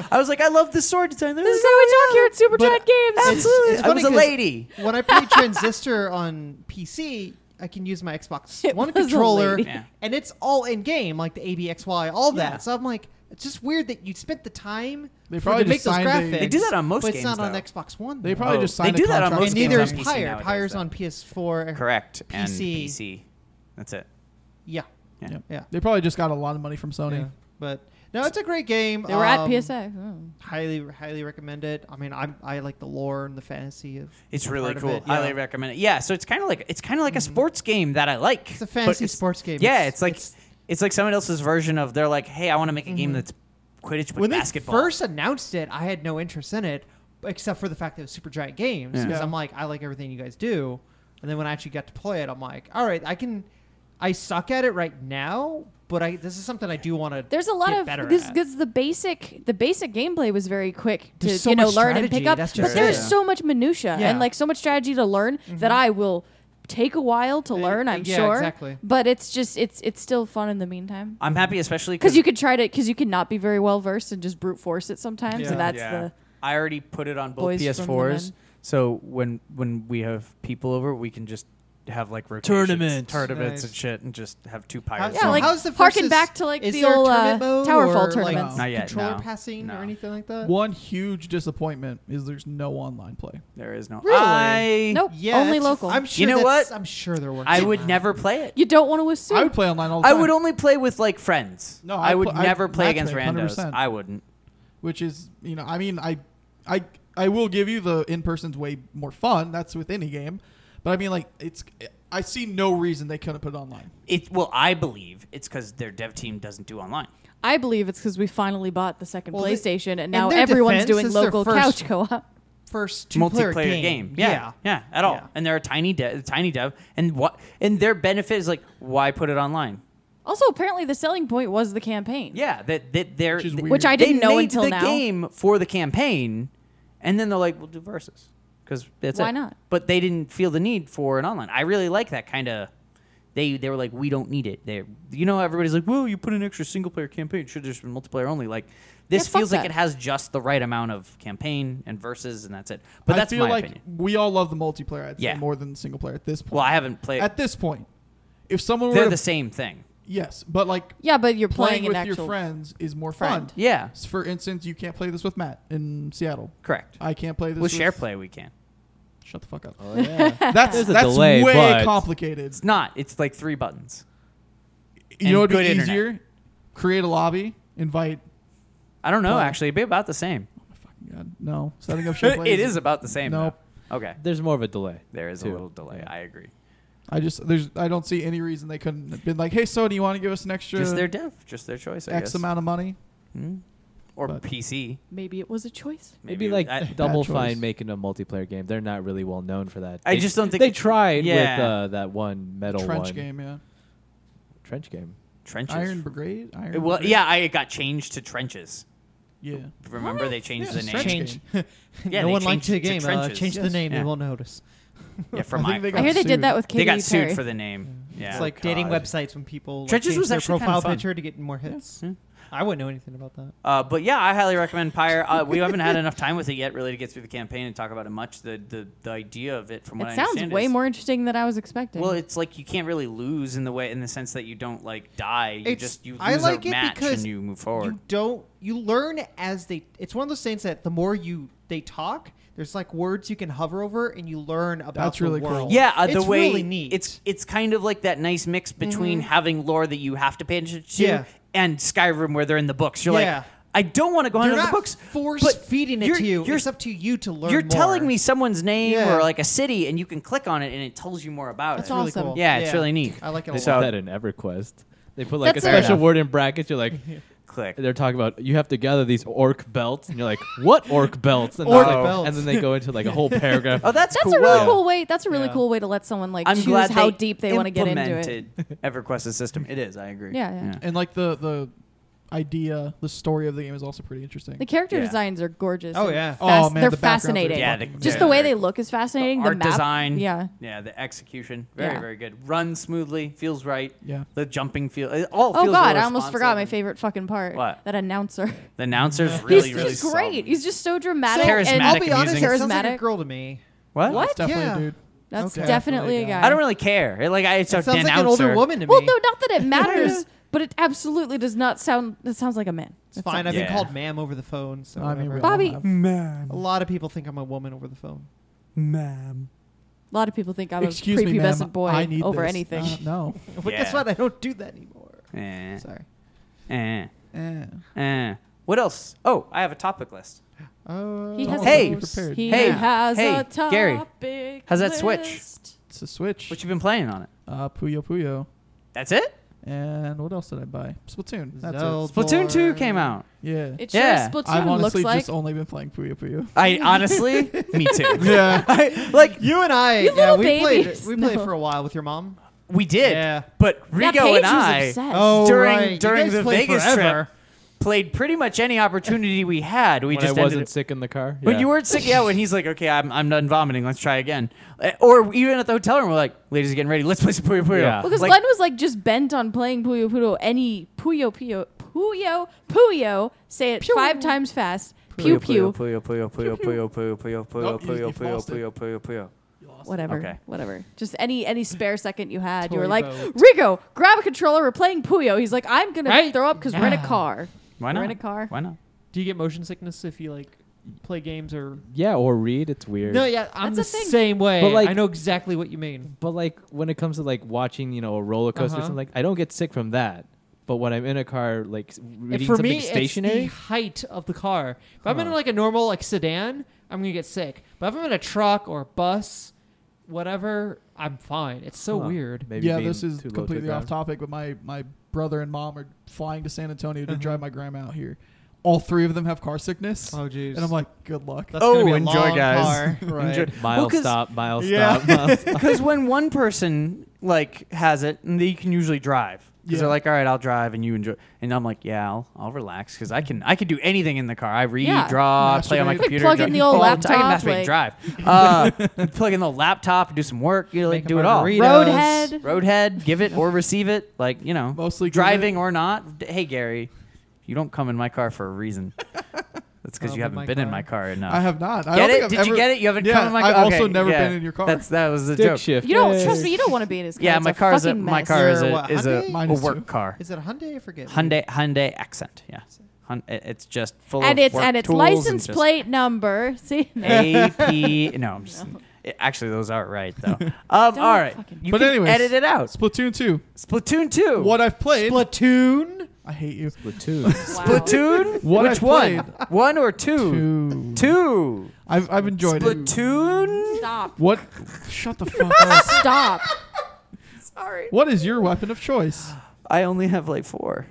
A: sword. I was like, I love this sword design. They're
B: this is
A: like, "Oh,
B: how we talk here at Supergiant
F: But-
B: Games.
A: Absolutely.
F: it's
A: I was
F: funny
A: a
F: 'cause-
A: lady.
F: when I played Transistor on PC, I can use my Xbox
B: It
F: One
B: was a
F: controller,
B: lady.
A: Yeah.
F: and it's all in game, like the ABXY, all that.
A: Yeah.
F: So I'm like, it's just weird that you spent the time
C: They
F: for-
C: probably
F: to make
C: just
F: those
C: signed a-
F: graphics.
C: They
A: do that on most
F: but It's
A: games,
F: not on
A: though.
F: Xbox One.
C: They
F: though.
C: probably
A: Oh,
C: just
A: they
C: signed a
A: do that on
C: contract
A: most
C: with
F: and
A: games
F: neither
A: on
F: is
C: them.
A: PC
F: Pyre.
A: nowadays,
F: Pyre's
A: though.
F: on PS4.
A: Correct. And
F: PC.
A: PC. That's it.
F: Yeah,
A: Yeah.
C: Yep.
F: Yeah.
C: They probably just got a lot of money from Sony.
F: yeah. But no, it's a great game.
B: They were
F: Um,
B: at PSA. Oh.
F: Highly, highly recommend it. I mean, I I like the lore and the fantasy of.
A: It's really
F: part of
A: cool.
F: it,
A: Highly
F: yeah. Mm-hmm.
A: recommend it. Yeah, so it's kind of like it's kind of like a sports game that I like.
F: It's a
A: but
F: fantasy
A: it's-
F: sports game.
A: Yeah,
F: It's-
A: it's, like
F: it's-
A: it's, like someone else's version of they're like, hey, I want to make a game that's Quidditch but
F: Mm-hmm. when
A: basketball.
F: they first announced it, I had no interest in it, except for the fact that it was Super Giant Games. Because
C: Yeah.
F: I'm like, I like everything you guys do. And then when I actually got to play it, I'm like, all right, I can. I suck at it right now, but I this is something I do want to.
B: There's a lot
F: get
B: of
F: better
B: because
F: at.
B: because the basic the basic gameplay was very quick to
F: There's so
B: you know
F: much
B: learn and pick
F: strategy,
B: up,
F: that's
B: but
F: just
B: there's
F: it.
B: so much minutia
F: Yeah. Mm-hmm.
B: and like so much strategy to learn that I will take a while to learn. I'm
F: Uh, yeah,
B: sure,
F: exactly.
B: But it's just it's it's still fun in the meantime
A: I'm happy, especially
B: because you could try to because you could not be very well versed and just brute force it sometimes,
F: Yeah.
B: and that's
A: Yeah.
B: the
A: I already put it on both
B: Boys from the
A: PS4s.
B: men.
A: So when when we have people over, we can just have like rotations,
E: Tournaments.
A: tournaments
F: Nice.
A: and shit, and just have two
F: How-
A: pirates.
B: Yeah,
A: on.
B: like-
F: how's the
B: harken
F: versus-
B: back to, like,
F: is
B: the
F: there a
B: old, uh,
F: tournament mode
B: Towerfall
F: or, like,
B: tournaments.
A: Not yet,
F: controller
A: no.
F: passing
A: No.
F: or anything like that.
C: One huge disappointment is there's no online play.
A: there is no.
F: Really?
A: I
B: nope
F: Yeah,
B: only
F: it's-
B: local.
F: I'm sure.
A: You know
F: that's-
A: what?
F: I'm sure there were.
A: I would never play it.
B: you don't want to assume.
C: I would play online all the
A: I
C: time.
A: would only play with like friends.
C: No,
A: I,
C: I
A: would
C: pl- I
A: never play against
C: matchmake,
A: randos.
C: 100%.
A: I wouldn't.
C: which is you know i mean i i i will give you the in-person's way more fun that's with any game but i mean like it's i see no reason they couldn't put it online
A: It well, I believe it's because their dev team doesn't do online.
B: I believe it's because we finally bought the second
F: Well, they-
B: PlayStation, and
F: in
B: now
F: their
B: everyone's
F: defense,
B: doing
F: it's their
B: local
F: first-
B: couch co-op.
F: first two
A: multiplayer
F: game.
A: game. Yeah.
F: yeah.
A: yeah, at all.
F: Yeah.
A: And they're a tiny dev, tiny dev, and what? And their benefit is like, why put it online?
B: Also, apparently, the selling point was the campaign.
A: Yeah, that that they're
C: Which is
A: th-
C: weird. Which
B: I didn't
A: they
B: know
A: made
B: until
A: the
B: now.
A: game for the campaign, and then they're like, we'll do versus because that's
B: Why
A: it.
B: not?
A: But they didn't feel the need for an online. I really like that kind of. They they were like, we don't need it. They you know everybody's like, well, you put an extra single player campaign, should just been multiplayer only. Like this
B: Yeah, fuck
A: feels like
B: that.
A: it has just the right amount of campaign and versus, and that's it. But
C: I
A: that's
C: feel
A: my
C: like
A: opinion.
C: we all love the multiplayer I'd say,
A: Yeah.
C: more than the single player at this point
A: Well, I haven't played.
C: at this point if someone were
A: They're
C: to-
A: the same thing.
C: yes but like
B: Yeah, but you're
C: playing,
B: playing, an
C: with
B: actual
C: your friends is more
B: friend.
C: fun
A: Yeah,
C: S- for instance you can't play this with matt in seattle
A: correct.
C: i can't play this
A: With
C: with
A: share play, we can.
C: shut the fuck up
E: Oh yeah.
C: that's
E: There's a
C: that's
E: delay,
C: way
E: but-
C: complicated
A: It's not. It's like three buttons.
C: you know
A: and
C: what'd be
A: good internet.
C: easier create a lobby invite
A: I don't know.
C: Play.
A: Actually, it'd be about the same.
C: fucking god no setting up share play
A: it is about the same. though.
C: Nope.
A: Okay.
E: There's more of a delay.
A: There is a
E: Two.
A: little delay. I agree.
C: I just there's I don't see any reason they couldn't have been like, hey, so do you want to give us an extra
A: Just their dev. Just their choice. I
C: X
A: guess.
C: amount of money?
A: Hmm? Or
C: But-
A: PC.
B: Maybe it was a choice.
E: Maybe like
A: I,
E: Double
C: choice.
E: Fine making a multiplayer game. They're not really well known for that.
A: I
E: They-
A: just don't think
E: they tried with
A: Yeah.
E: uh, that one metal
C: Trench
E: one.
C: game, yeah.
E: Trench game.
A: trenches.
C: Iron Brigade. Iron
A: well,
C: Brigade?
A: yeah, I it got changed to trenches.
C: yeah.
A: Remember they changed
C: Yeah,
A: the name.
C: Trench
F: Change.
A: Yeah,
F: no
A: they
F: one liked
A: changed
F: the
A: it to
F: game. Uh,
A: trenches.
F: change the
A: Yes.
F: name.
A: Yeah.
F: They won't notice.
A: Yeah, for
C: I
A: my.
C: think they
B: I
C: got
B: hear they
C: sued.
B: did that with Katy
A: they got
B: Perry.
A: sued for the name. Yeah. Oh,
F: It's like dating websites when people like,
A: Trenches
F: change
A: was
F: their
A: actually kinda
F: profile
A: fun.
F: picture to get more hits.
A: Yeah.
F: I wouldn't know anything about that.
A: Uh, but yeah, I highly recommend Pyre. Uh, we haven't had enough time with it yet, really, to get through the campaign and talk about it much. The the, the idea of it, from what
B: It
A: I
B: sounds
A: understand,
B: way
A: is-
B: more interesting than I was expecting.
A: Well, it's like you can't really lose in the way, in the sense that you don't like die. You
F: It's-
A: just you lose
F: I like
A: a
F: it
A: match
F: because
A: and you move forward.
F: You don't. You learn as they. It's one of those things that the more you they talk, there's like words you can hover over, and you learn about
C: That's
F: the
C: really cool.
F: world.
A: Yeah, uh,
F: it's
A: the way
F: really neat. Mm-hmm.
A: it's it's kind of like that nice mix between having lore that you have to pay attention to
F: Yeah.
A: and Skyrim where they're in the books. You're
F: Yeah.
A: like, I don't want to go
F: you're
A: into the
F: not
A: books.
F: force
A: but
F: feeding it
A: you're-
F: to you.
A: You're,
F: it's up to you to learn.
A: you're
F: more.
A: telling me someone's name
F: Yeah.
A: or like a city, and you can click on it and it tells you more about
F: That's Uh,
A: it.
F: really
B: awesome.
F: cool.
A: Yeah, it's really neat.
F: I like it a
E: They
F: lot.
A: So-
E: saw that in EverQuest. They put like
B: That's
E: a
B: a-
E: special
B: Fair
E: word in brackets. You're like,
A: Click.
E: they're talking about you have to gather these orc belts, and you're like, what orc belts? And,
F: Orc
E: they're like-
F: belts.
E: and then they go into like a whole paragraph.
A: Oh, that's
B: that's
A: cool.
B: a really
A: Well,
B: cool way. That's a really
F: Yeah.
B: cool way to let someone like
A: I'm
B: choose
A: glad
B: how
A: they
B: deep they want to get into it.
A: implemented EverQuest's system. It is. I agree.
B: Yeah, yeah.
C: And like the the idea, the story of the game is also pretty interesting.
B: The character
A: Yeah.
B: designs are gorgeous.
F: Oh,
B: and
F: yeah.
B: fas-
C: Oh, man,
B: they're
C: the backgrounds are
B: fascinating.
A: Yeah,
C: fucking
A: the-
B: just
A: yeah,
B: the way
A: very
B: they look is fascinating. The,
A: art
B: map,
A: design.
B: Yeah.
A: Yeah, the execution. Very,
B: Yeah.
A: very good. Runs smoothly. Feels right.
C: yeah.
A: The jumping feel. It all
B: Oh
A: feels
B: God,
A: real
B: I almost forgot my
A: responsive.
B: favorite fucking part.
A: What?
B: That announcer.
A: The announcer's really,
B: He's
A: really
B: just great.
A: solid.
B: He's just so dramatic.
A: Charismatic
B: And
F: I'll be
A: and
F: honest,
A: amusing.
F: it sounds like a
B: Charismatic.
F: girl to me.
A: what?
B: What?
C: It's definitely
F: Yeah.
C: a dude.
B: That's
C: Okay.
B: definitely a
F: Definitely
B: guy.
A: I don't really care. It, like I, it's a
F: It sounds like an
A: denouncer.
F: older woman to
B: Well,
F: me.
B: no, not that it matters, but it absolutely does not sound. It sounds like a man.
F: it's fine. I've
A: Yeah.
F: been called ma'am over the phone. So
C: I mean,
F: whatever.
C: we all
B: Bobby.
C: have-
G: Ma'am.
F: a lot of people think I'm a woman over the phone.
G: Ma'am.
B: A lot of people think I'm
C: Excuse
B: a
C: me,
B: prepubescent
C: ma'am,
B: boy
C: I need
B: over
C: this.
B: anything.
C: Uh, no.
F: But
A: Yeah.
F: guess what? I don't do that anymore.
A: Eh,
F: Sorry.
A: eh,
C: Eh.
A: eh. What else? Oh, I have a topic list.
F: Uh,
B: he has
A: Hey,
B: a,
C: prepared.
B: he
A: Hey,
B: has
A: hey,
B: a topic
A: Gary. How's that Switch?
B: list.
C: It's a Switch.
A: What you been playing on it?
C: uh, Puyo Puyo.
A: That's it.
C: And what else did I buy? Splatoon. That's
F: Zelda.
A: Splatoon two
F: Boy.
A: came out.
C: it. Yeah.
B: It sure
A: Yeah.
B: Splatoon
C: I've honestly
B: looks like.
C: just only been playing Puyo Puyo.
A: I honestly, me too.
C: Yeah.
A: I, like
F: You and I,
B: You
F: yeah,
B: little
F: we
B: babies.
F: played. We played
B: No.
F: for a while with your mom.
A: we did,
F: Yeah.
A: but
B: yeah,
A: Rigo
B: Paige
A: and
B: was
A: I
B: obsessed.
A: during
F: Oh, right. You
A: during
F: guys
A: the
F: played
A: Vegas
F: forever.
A: trip played pretty much any opportunity we had. We
E: when I
A: just ended
E: wasn't
A: up-
E: sick in the car.
A: When
E: yeah.
A: you weren't sick, yeah. When he's like, "Okay, I'm, I'm done vomiting. Let's try again," Uh, or even at the hotel room, we're like, "Ladies are getting ready. Let's play some Puyo Puyo."
E: Yeah.
B: Because
A: Like,
B: Glenn was like just bent on playing Puyo Puyo any Puyo Puyo Puyo Puyo. Say it five times fast. Pew pew.
A: Puyo Puyo Puyo Puyo Puyo Puyo Puyo
C: Nope, you-
A: Puyo
C: you
A: Puyo
C: lost it.
A: Puyo Puyo Puyo.
B: Whatever.
A: Okay.
B: Whatever. Just any any spare second you had, you were
F: Toy
B: like,
F: boat.
B: Rigo, grab a controller. We're playing Puyo. He's like, I'm gonna
F: Right
B: throw up because we're in a
F: now.
B: car.
A: Why
B: We're
A: not?
B: in a car.
A: Why not?
F: Do you get motion sickness if you like play games or?
E: yeah, or read. It's weird.
F: No, yeah, I'm
B: That's
F: the
B: a thing.
F: same way.
E: But, like-
F: I know exactly what you mean.
E: But like when it comes to like watching, you know, a roller coaster, or
F: Uh-huh.
E: something like I don't get sick from that. But when I'm in a car, like s- reading
F: for
E: something
F: me,
E: stationary,
F: it's the height of the car. If I'm in
E: Huh.
F: like a normal like sedan, I'm gonna get sick. But if I'm in a truck or a bus, whatever, I'm fine. It's so
E: Huh.
F: weird.
E: maybe
C: yeah,
E: being
C: this is
E: too low to the
C: completely off
E: ground.
C: topic, but my, my brother and mom are flying to San Antonio
A: Mm-hmm.
C: to drive my grandma out here. All three of them have car sickness.
F: Oh, jeez.
C: And I'm like, good luck.
F: That's
A: Oh,
F: gonna be a
A: enjoy,
F: long
A: guys.
F: Car. right.
A: Enjoy-
E: Mile
A: Well, 'cause-
E: stop, mile
F: Yeah.
E: stop. mile-
A: Because when one person like has it, and they can usually drive. Because
C: Yeah.
A: they're like, "All right, I'll drive, and you enjoy." And I'm like, "Yeah, I'll, I'll relax because I can I can do anything in the car. I read,
B: Yeah.
A: draw, play on my
C: Masturbate.
A: computer,
B: plug
A: drive-
B: in the old
A: Oh, I
B: laptop,
A: can masturbate, and
B: like-
A: drive, uh, plug in the old laptop, do some work, you know, like,
F: Make a
A: do it all.
F: margarita.
B: Roadhead.
A: Roadhead, give it or receive it, like you know,
C: Mostly give
A: driving or not. D- Hey Gary, you don't come in my car for a reason. That's because
F: Come
A: you
F: in
A: haven't
F: my
A: been in
F: car.
A: my car enough.
C: I have not. I
A: get it?
C: don't Think I've
A: Did
C: ever,
A: you get it? You haven't
C: yeah,
A: come in my car.
C: I've also
A: Okay,
C: never
A: yeah.
C: been in your car.
A: That's that was the
E: Stick
A: joke.
E: shift.
B: You don't
E: Yay.
B: trust me. You don't want to be in his car.
A: Yeah,
B: It's
A: my
B: a
A: car is a
B: fucking
A: my
B: mess.
A: car is
F: Or
A: a
F: what,
A: is a, a
C: Hyundai?
A: work car.
F: Is it a Hyundai? I forget.
A: Hyundai Hyundai Accent. Yeah, Hun, it- it's just full
B: and
A: of
B: it's
A: work
B: and its
A: tools
B: license
A: just
B: plate number. See,
A: AP. no, I'm just. it- actually, those aren't right though. Um, all right,
B: fucking-
A: you
C: But
A: can
C: anyways.
A: edit it out.
C: Splatoon 2.
A: Splatoon two.
C: What I've played.
F: Platoon.
C: I hate you.
E: Splatoon.
A: Splatoon?
C: What
A: Which
C: I've
A: one?
C: played.
A: One or two?
C: Two.
A: Two.
C: I've, I've enjoyed it.
A: Splatoon?
B: Stop.
C: What? Shut the fuck up.
B: Stop.
A: Sorry.
C: What is your weapon of choice?
A: I only have like four.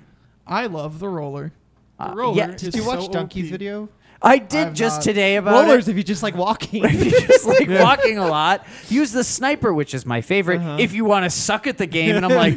C: I love the roller.
A: Uh,
C: roller
A: yeah.
C: is
F: Did you watch
C: so
F: Donkey's
C: OP.
F: video?
A: I did
C: I've
A: just
C: not-
A: today about
F: Rollers
A: it.
F: if you just like walking.
A: If you're just like walking a lot, use the sniper, which is my favorite.
F: Uh-huh.
A: If you want to suck at the game, and I'm like,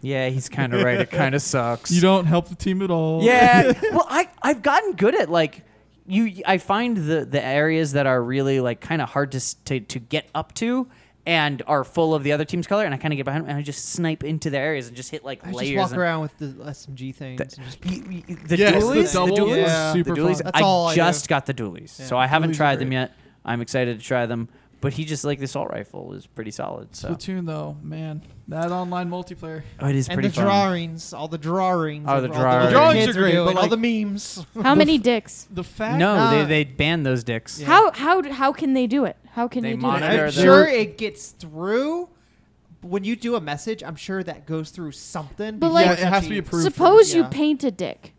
A: yeah, he's kind of right. It kind of sucks.
C: You don't help the team at all.
A: Yeah. well, I I've gotten good at like you. I find the the areas that are really like kind of hard to, s- to to get up to. And are full of the other team's color, and I kind of get behind them, and I just snipe into the areas and just hit like
F: I just
A: layers.
F: walk
A: and-
F: around with the SMG things. and just
A: Y- y- y- the
C: Yes, the
A: dualies,
C: double
A: dualies,
F: was Yeah.
C: super
A: the dualies.
C: fun.
F: That's
A: I
F: all I do.
A: just got the dualies, so I haven't
C: Dualies are
A: tried them
C: great.
A: yet. I'm excited to try them, but he just like the assault rifle is pretty solid. So
C: Splatoon though, man, that online multiplayer.
A: Oh, it is
F: and
A: pretty
F: the
A: fun.
F: drawings, all the drawings.
A: Oh,
F: of
A: the
F: all
A: drawings.
F: The
C: Drawings
F: kids
C: are great,
F: doing,
C: but,
F: all the memes.
B: How many dicks?
C: The fact
A: no,
F: Nah.
A: they they banned those dicks.
F: Yeah.
B: Uh, How how how can they do it? How can
A: They
B: you do
A: monitor
B: that?
A: They're-
F: I'm
A: they're-
F: sure it gets through. But When you do a message, I'm sure that goes through
B: But,
F: something. before
B: like-
C: yeah,
F: you
C: it has to be
F: actually-
C: approved.
B: Suppose
F: Yeah.
B: you paint a dick.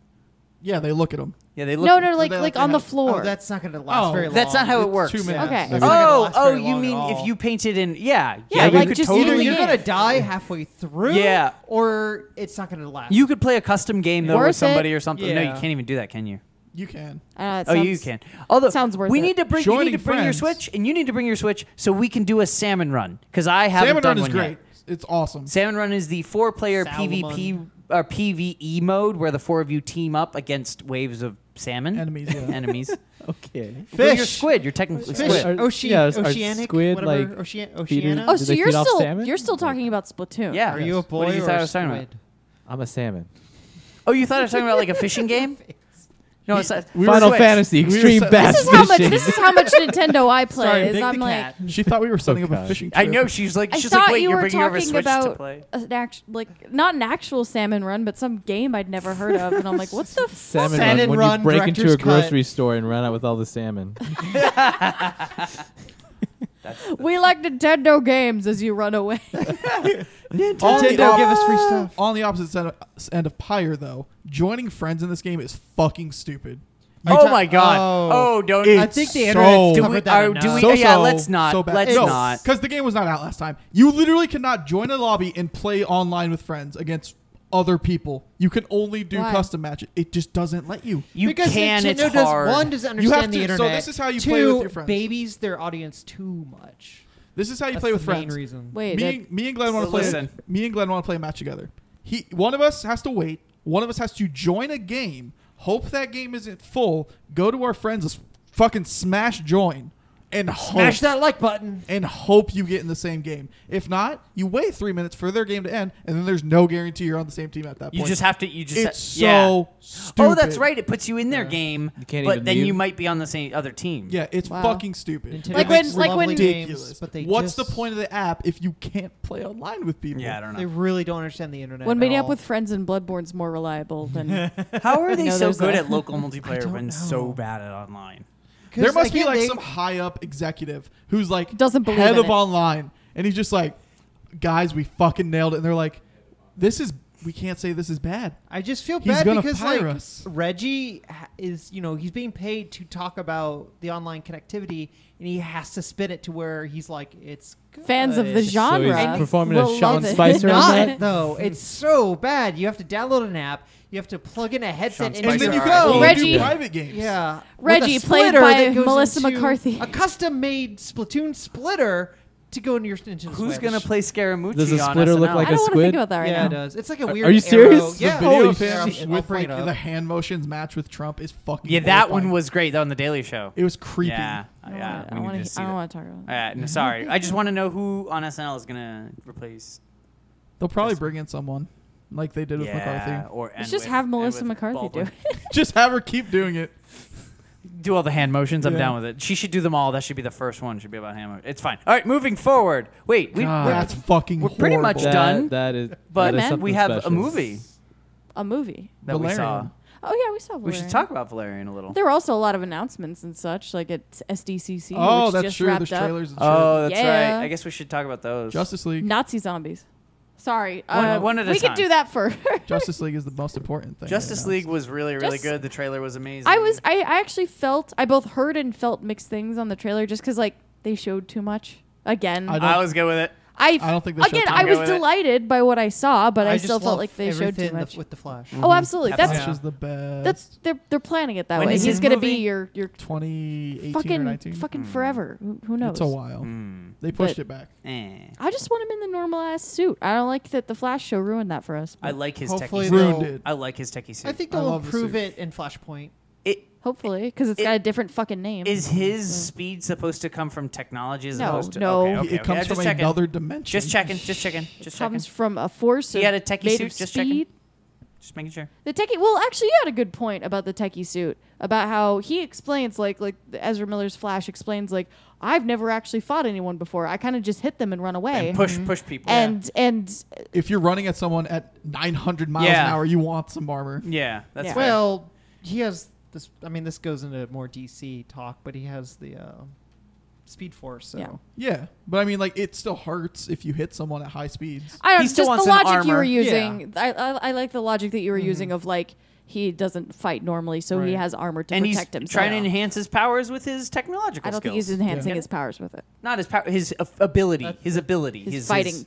C: Yeah, they look at them.
A: Yeah, they look.
B: No, no,
C: Or
B: like
C: they
B: like
C: like
B: on the
C: to have-
B: floor.
F: Oh, that's not going to last
C: Oh,
F: very long.
A: That's not how it works.
C: Two minutes.
B: Okay.
F: That's
C: Maybe.
F: not gonna
A: Oh,
F: last
A: oh,
F: very
A: you
F: long at
A: mean if
F: all.
A: you painted in? Yeah,
B: Yeah,
A: you
B: like
A: could
B: just
A: totally.
F: Either you're
B: Yeah.
F: gonna die halfway through,
A: Yeah.
F: or it's not gonna last.
A: You could play a custom game though
B: Worth
A: with somebody
B: it.
A: or something. No, you
F: Yeah.
A: can't even do that, can you?
C: You can.
B: Uh, it
A: oh, you
B: sounds-
A: can. Although
B: sounds worth
A: we
B: it.
A: need to bring you need
C: Joining
A: to bring your
C: friends.
A: Switch, and you need to bring your Switch so we can do a salmon run because I haven't
C: Salmon
A: done
C: Run is
A: one
C: great.
A: yet.
C: It's awesome.
A: Salmon Run is the four-player
F: Salmon.
A: PvP or PVE E mode where the four of you team up against waves of salmon
C: Enemies, yeah.
A: Enemies.
E: okay.
A: Well, you're
F: Fish.
A: squid. You're technically
F: fish,
A: squid.
E: Are-
F: ocean,
E: yeah, are
F: oceanic,
E: squid,
F: whatever,
E: like,
F: ocean,
E: feeding-
F: Oceana.
B: Oh,
E: Do
B: so
E: they
B: you're
E: feed off
B: still
E: salmon?
B: you're still talking about Splatoon.
A: Yeah.
F: Are you a
A: Yes.
F: boy
A: What did you
F: or
A: thought I
F: a
A: was talking about?
F: squid?
E: I'm a salmon.
A: Oh, you thought I was talking about like a fishing game? No, it's,
C: we were
E: Final
C: switched.
E: Fantasy
C: We were
E: Extreme
C: so-
E: Bass
B: This is how much.
E: Fishing.
B: This is how much Nintendo I play.
F: Sorry,
B: is
F: big
B: I'm
F: the
B: like,
F: cat.
C: She thought we were setting up a
E: God.
C: fishing
A: I
C: trip.
A: know she's like
B: I
A: she's
B: thought
A: like wait
B: you
A: you're
B: were
A: bringing over
B: talking
A: Switch to
B: about
A: play.
B: an act, like not an actual salmon run, but some game I'd never heard of, and I'm like, what the fuck?
E: salmon
F: Salmon
E: run, when
F: run,
E: you break into
F: director's
E: a grocery store and run out with all the salmon.
B: We like Nintendo games as you run away.
C: On the
F: Nintendo
C: op-
F: give us free stuff.
C: On the opposite side of, end of Pyre, though, joining friends in this game is fucking stupid.
A: Oh my god!
F: Oh.
A: Oh, don't.
C: It's
F: I think the
C: so-
F: internet's
A: do we,
F: covered that
A: uh,
F: enough.
A: do we,
C: So,
A: yeah,
C: so,
A: let's not.
C: So
A: let's not.
C: Because the game was not out last time. You literally cannot join a lobby and play online with friends against other people. You can only do
B: Why?
C: custom matches. It just doesn't let you.
A: You
F: because
A: can.
F: Nintendo
A: It's
F: does,
A: hard.
F: One doesn't understand
C: to-
F: the
C: so
F: internet.
C: this is how you
F: Two,
C: play with your friends.
F: babies their audience too much.
C: This is how you
F: That's
C: play with
F: the
C: friends.
F: Main reason.
B: Wait,
C: me,
B: that-
C: and, me and Glenn want
A: So
C: to play.
A: listen.
C: Me and Glenn want to play a match together. He, one of us has to wait. One of us has to join a game. Hope that game isn't full. Go to our friends. let's Fucking smash join, and
F: Smash
C: hope,
F: that like button.
C: and hope you get in the same game. If not, you wait three minutes for their game to end, and then there's no guarantee you're on the same team at that point.
A: You just have to. You just.
C: it's so
A: yeah.
C: stupid.
A: Oh, that's right. It puts you in their game,
E: You can't
A: but
E: even
A: then you
E: leave.
A: might be on the same other team.
C: Yeah, it's
B: Wow.
C: fucking stupid.
F: Nintendo
B: Like
F: makes
B: when- like
F: lovely
B: when-
F: games,
C: Ridiculous.
F: but they
C: What's
F: just-
C: the point of the app if you can't play online with people?
A: Yeah, I don't
F: They
A: know.
F: really don't understand the internet.
B: when
F: at
B: meeting up
F: all.
B: with friends in Bloodborne's more reliable than
A: How are they
B: No,
A: so
B: there's
A: good
B: a-
A: at local multiplayer
F: don't
A: when
F: know.
A: so bad at online?
F: 'Cause
C: There must be
F: again,
C: like
F: they-
C: some high up executive who's like
B: Doesn't believe
C: head
B: in
C: of
B: it.
C: online, and he's just like, guys, we fucking nailed it. And they're like, this is we can't say this is bad.
F: I just feel
C: He's
F: bad
C: gonna
F: because
C: fire
F: like
C: us.
F: Reggie ha- is, you know, he's being paid to talk about the online connectivity, and he has to spin it to where he's like, it's good.
B: fans of the genre.
E: So he's performing a
B: will
E: Sean
B: love it.
E: Spicer on
F: Not
E: that.
F: though. It's so bad. You have to download an app. You have to plug in a headset,
A: Sean
C: And
A: Spicer,
C: then you
A: are
C: go
A: you
C: and
B: Reggie-
C: do private games.
F: Yeah.
B: Reggie,
F: With a
B: played
F: splitter
B: by
F: that goes
B: Melissa
F: into
B: McCarthy.
F: A custom made Splatoon splitter to go into your Nintendo
A: Who's
F: Switch.
A: gonna play Scaramucci?
E: Does the
A: on
E: splitter look
A: SNL?
E: like
B: I
E: a
B: don't want to
E: squid?
B: think about that right
F: Yeah, it
B: now.
F: does. It's like a weird.
E: are you
F: arrow.
E: serious?
C: The
F: Yeah.
C: video
F: Holy
C: of him
F: shit. I'll
C: with
F: bring
C: like
F: it up.
C: the hand motions match with Trump is fucking.
A: Yeah, that
C: horrifying.
A: one was great. That on the Daily Show.
C: It was creepy.
A: Yeah,
B: I don't
A: Oh, yeah.
B: wanna-
A: we
B: I,
A: need
B: wanna
A: to
B: he-
A: see
B: I
A: that.
B: don't want to talk about
A: All
B: that.
A: right, no, sorry. I just want to know who on SNL is gonna replace.
C: They'll probably bring in someone like they did with
A: yeah,
C: McCarthy.
A: or and
B: Let's just
A: with-
B: have
A: and
B: Melissa
A: with
B: McCarthy do
A: Baldwin.
B: it.
C: just have her keep doing it.
A: Do all the hand motions. I'm
C: Yeah.
A: down with it. She should do them all. That should be the first one. Should be about hand motions. It's fine. All right, moving forward. Wait, we,
E: God.
A: we're-
C: That's fucking.
A: we're pretty much
E: That-
C: horrible.
A: done,
E: That is,
A: but
E: that is
A: we
E: something
A: have a
E: special.
A: movie
B: A movie.
A: that we saw.
C: Valerian.
B: Oh yeah, we saw.
A: We should
B: Valerian.
A: talk about Valerian a little.
B: There were also a lot of announcements and such, like at SDCC,
C: Oh,
B: which
C: that's
B: just
C: true.
B: wrapped
C: There's
B: up.
C: trailers and shit.
A: Oh, that's
B: Yeah.
A: right. I guess we should talk about those.
C: Justice League.
B: Nazi zombies. Sorry,
A: One-
B: uh,
A: one at a
B: we
A: time.
B: could do that first.
C: Justice League is the most important thing.
A: Justice
C: right now.
A: League was really, really
B: Just-
A: good. The trailer was amazing.
B: I was, I, I actually felt, I both heard and felt mixed things on the trailer, just because like they showed too much. Again,
C: I
B: I,
C: don't-
A: I was good with it.
C: I don't think they showed
B: again,
C: too
B: I
A: much.
B: was
A: Go with it.
B: delighted by what I saw, but I,
F: just
B: still
F: love
B: felt like they showed
F: everything
B: too
F: the-
B: much.
F: with the Flash.
B: Oh, absolutely. That's
C: Flash
F: Yeah.
C: is the best.
B: that's they're they're planning it that
A: When
B: way.
A: is
B: He's
A: his
B: gonna
A: movie?
B: be your your
C: 2018 or
B: fucking
C: 19.
B: fucking forever. Who, who knows?
C: it's a while.
A: Mm.
C: They pushed
B: But-
C: it back.
A: Eh.
B: I just want him in the normal ass suit. I don't like that the Flash show ruined that for us.
A: I
B: but
A: like his
F: Hopefully
A: techie.
F: they'll-
A: suit.
C: Ruined it.
A: I like his techie suit.
F: I think
C: I
F: they'll
C: love the
F: improve
C: suit.
F: it in Flashpoint.
A: it,
B: hopefully, because it's
A: It-
B: got a different fucking name.
A: is his speed supposed to come from technology as
B: No,
A: opposed to
B: no.
A: Okay, okay,
C: it
A: okay.
C: comes
A: I'm
C: from
A: just checking.
C: another dimension.
A: Just checking. Just checking. Just checking.
B: comes from a force.
A: He
B: of-
A: had a techie
B: made
A: suit,
B: of
A: just checking.
B: speed.
A: Just making sure.
B: The techie. Well, actually, you had a good point about the techie suit. About how he explains, like, like Ezra Miller's Flash explains, like, I've never actually fought anyone before. I kind of just hit them and run away.
A: And push, push people.
B: and and
C: If you're running at someone at 900 miles
A: Yeah.
C: an hour, you want some armor.
A: yeah, that's
B: Yeah.
A: fair.
F: Well, he has this. I mean, this goes into more DC talk, but he has the uh, Speed Force. So
B: Yeah.
C: Yeah, but I mean, like, it still hurts if you hit someone at high speeds.
B: I don't
A: He
B: know,
A: still
B: just
A: wants
B: the
A: an
B: logic you
A: armor.
B: were using. I, I I like the logic that you were using of like he doesn't fight normally, so he
C: Mm-hmm. Right.
B: has armor to
A: and he's
B: protect himself.
A: trying to enhance his powers with his technological
B: I don't think
A: skills.
B: he's enhancing
C: Yeah.
B: his powers with it.
A: Not his power, his uh, ability, his ability,
B: He's
A: his
B: fighting.
A: his,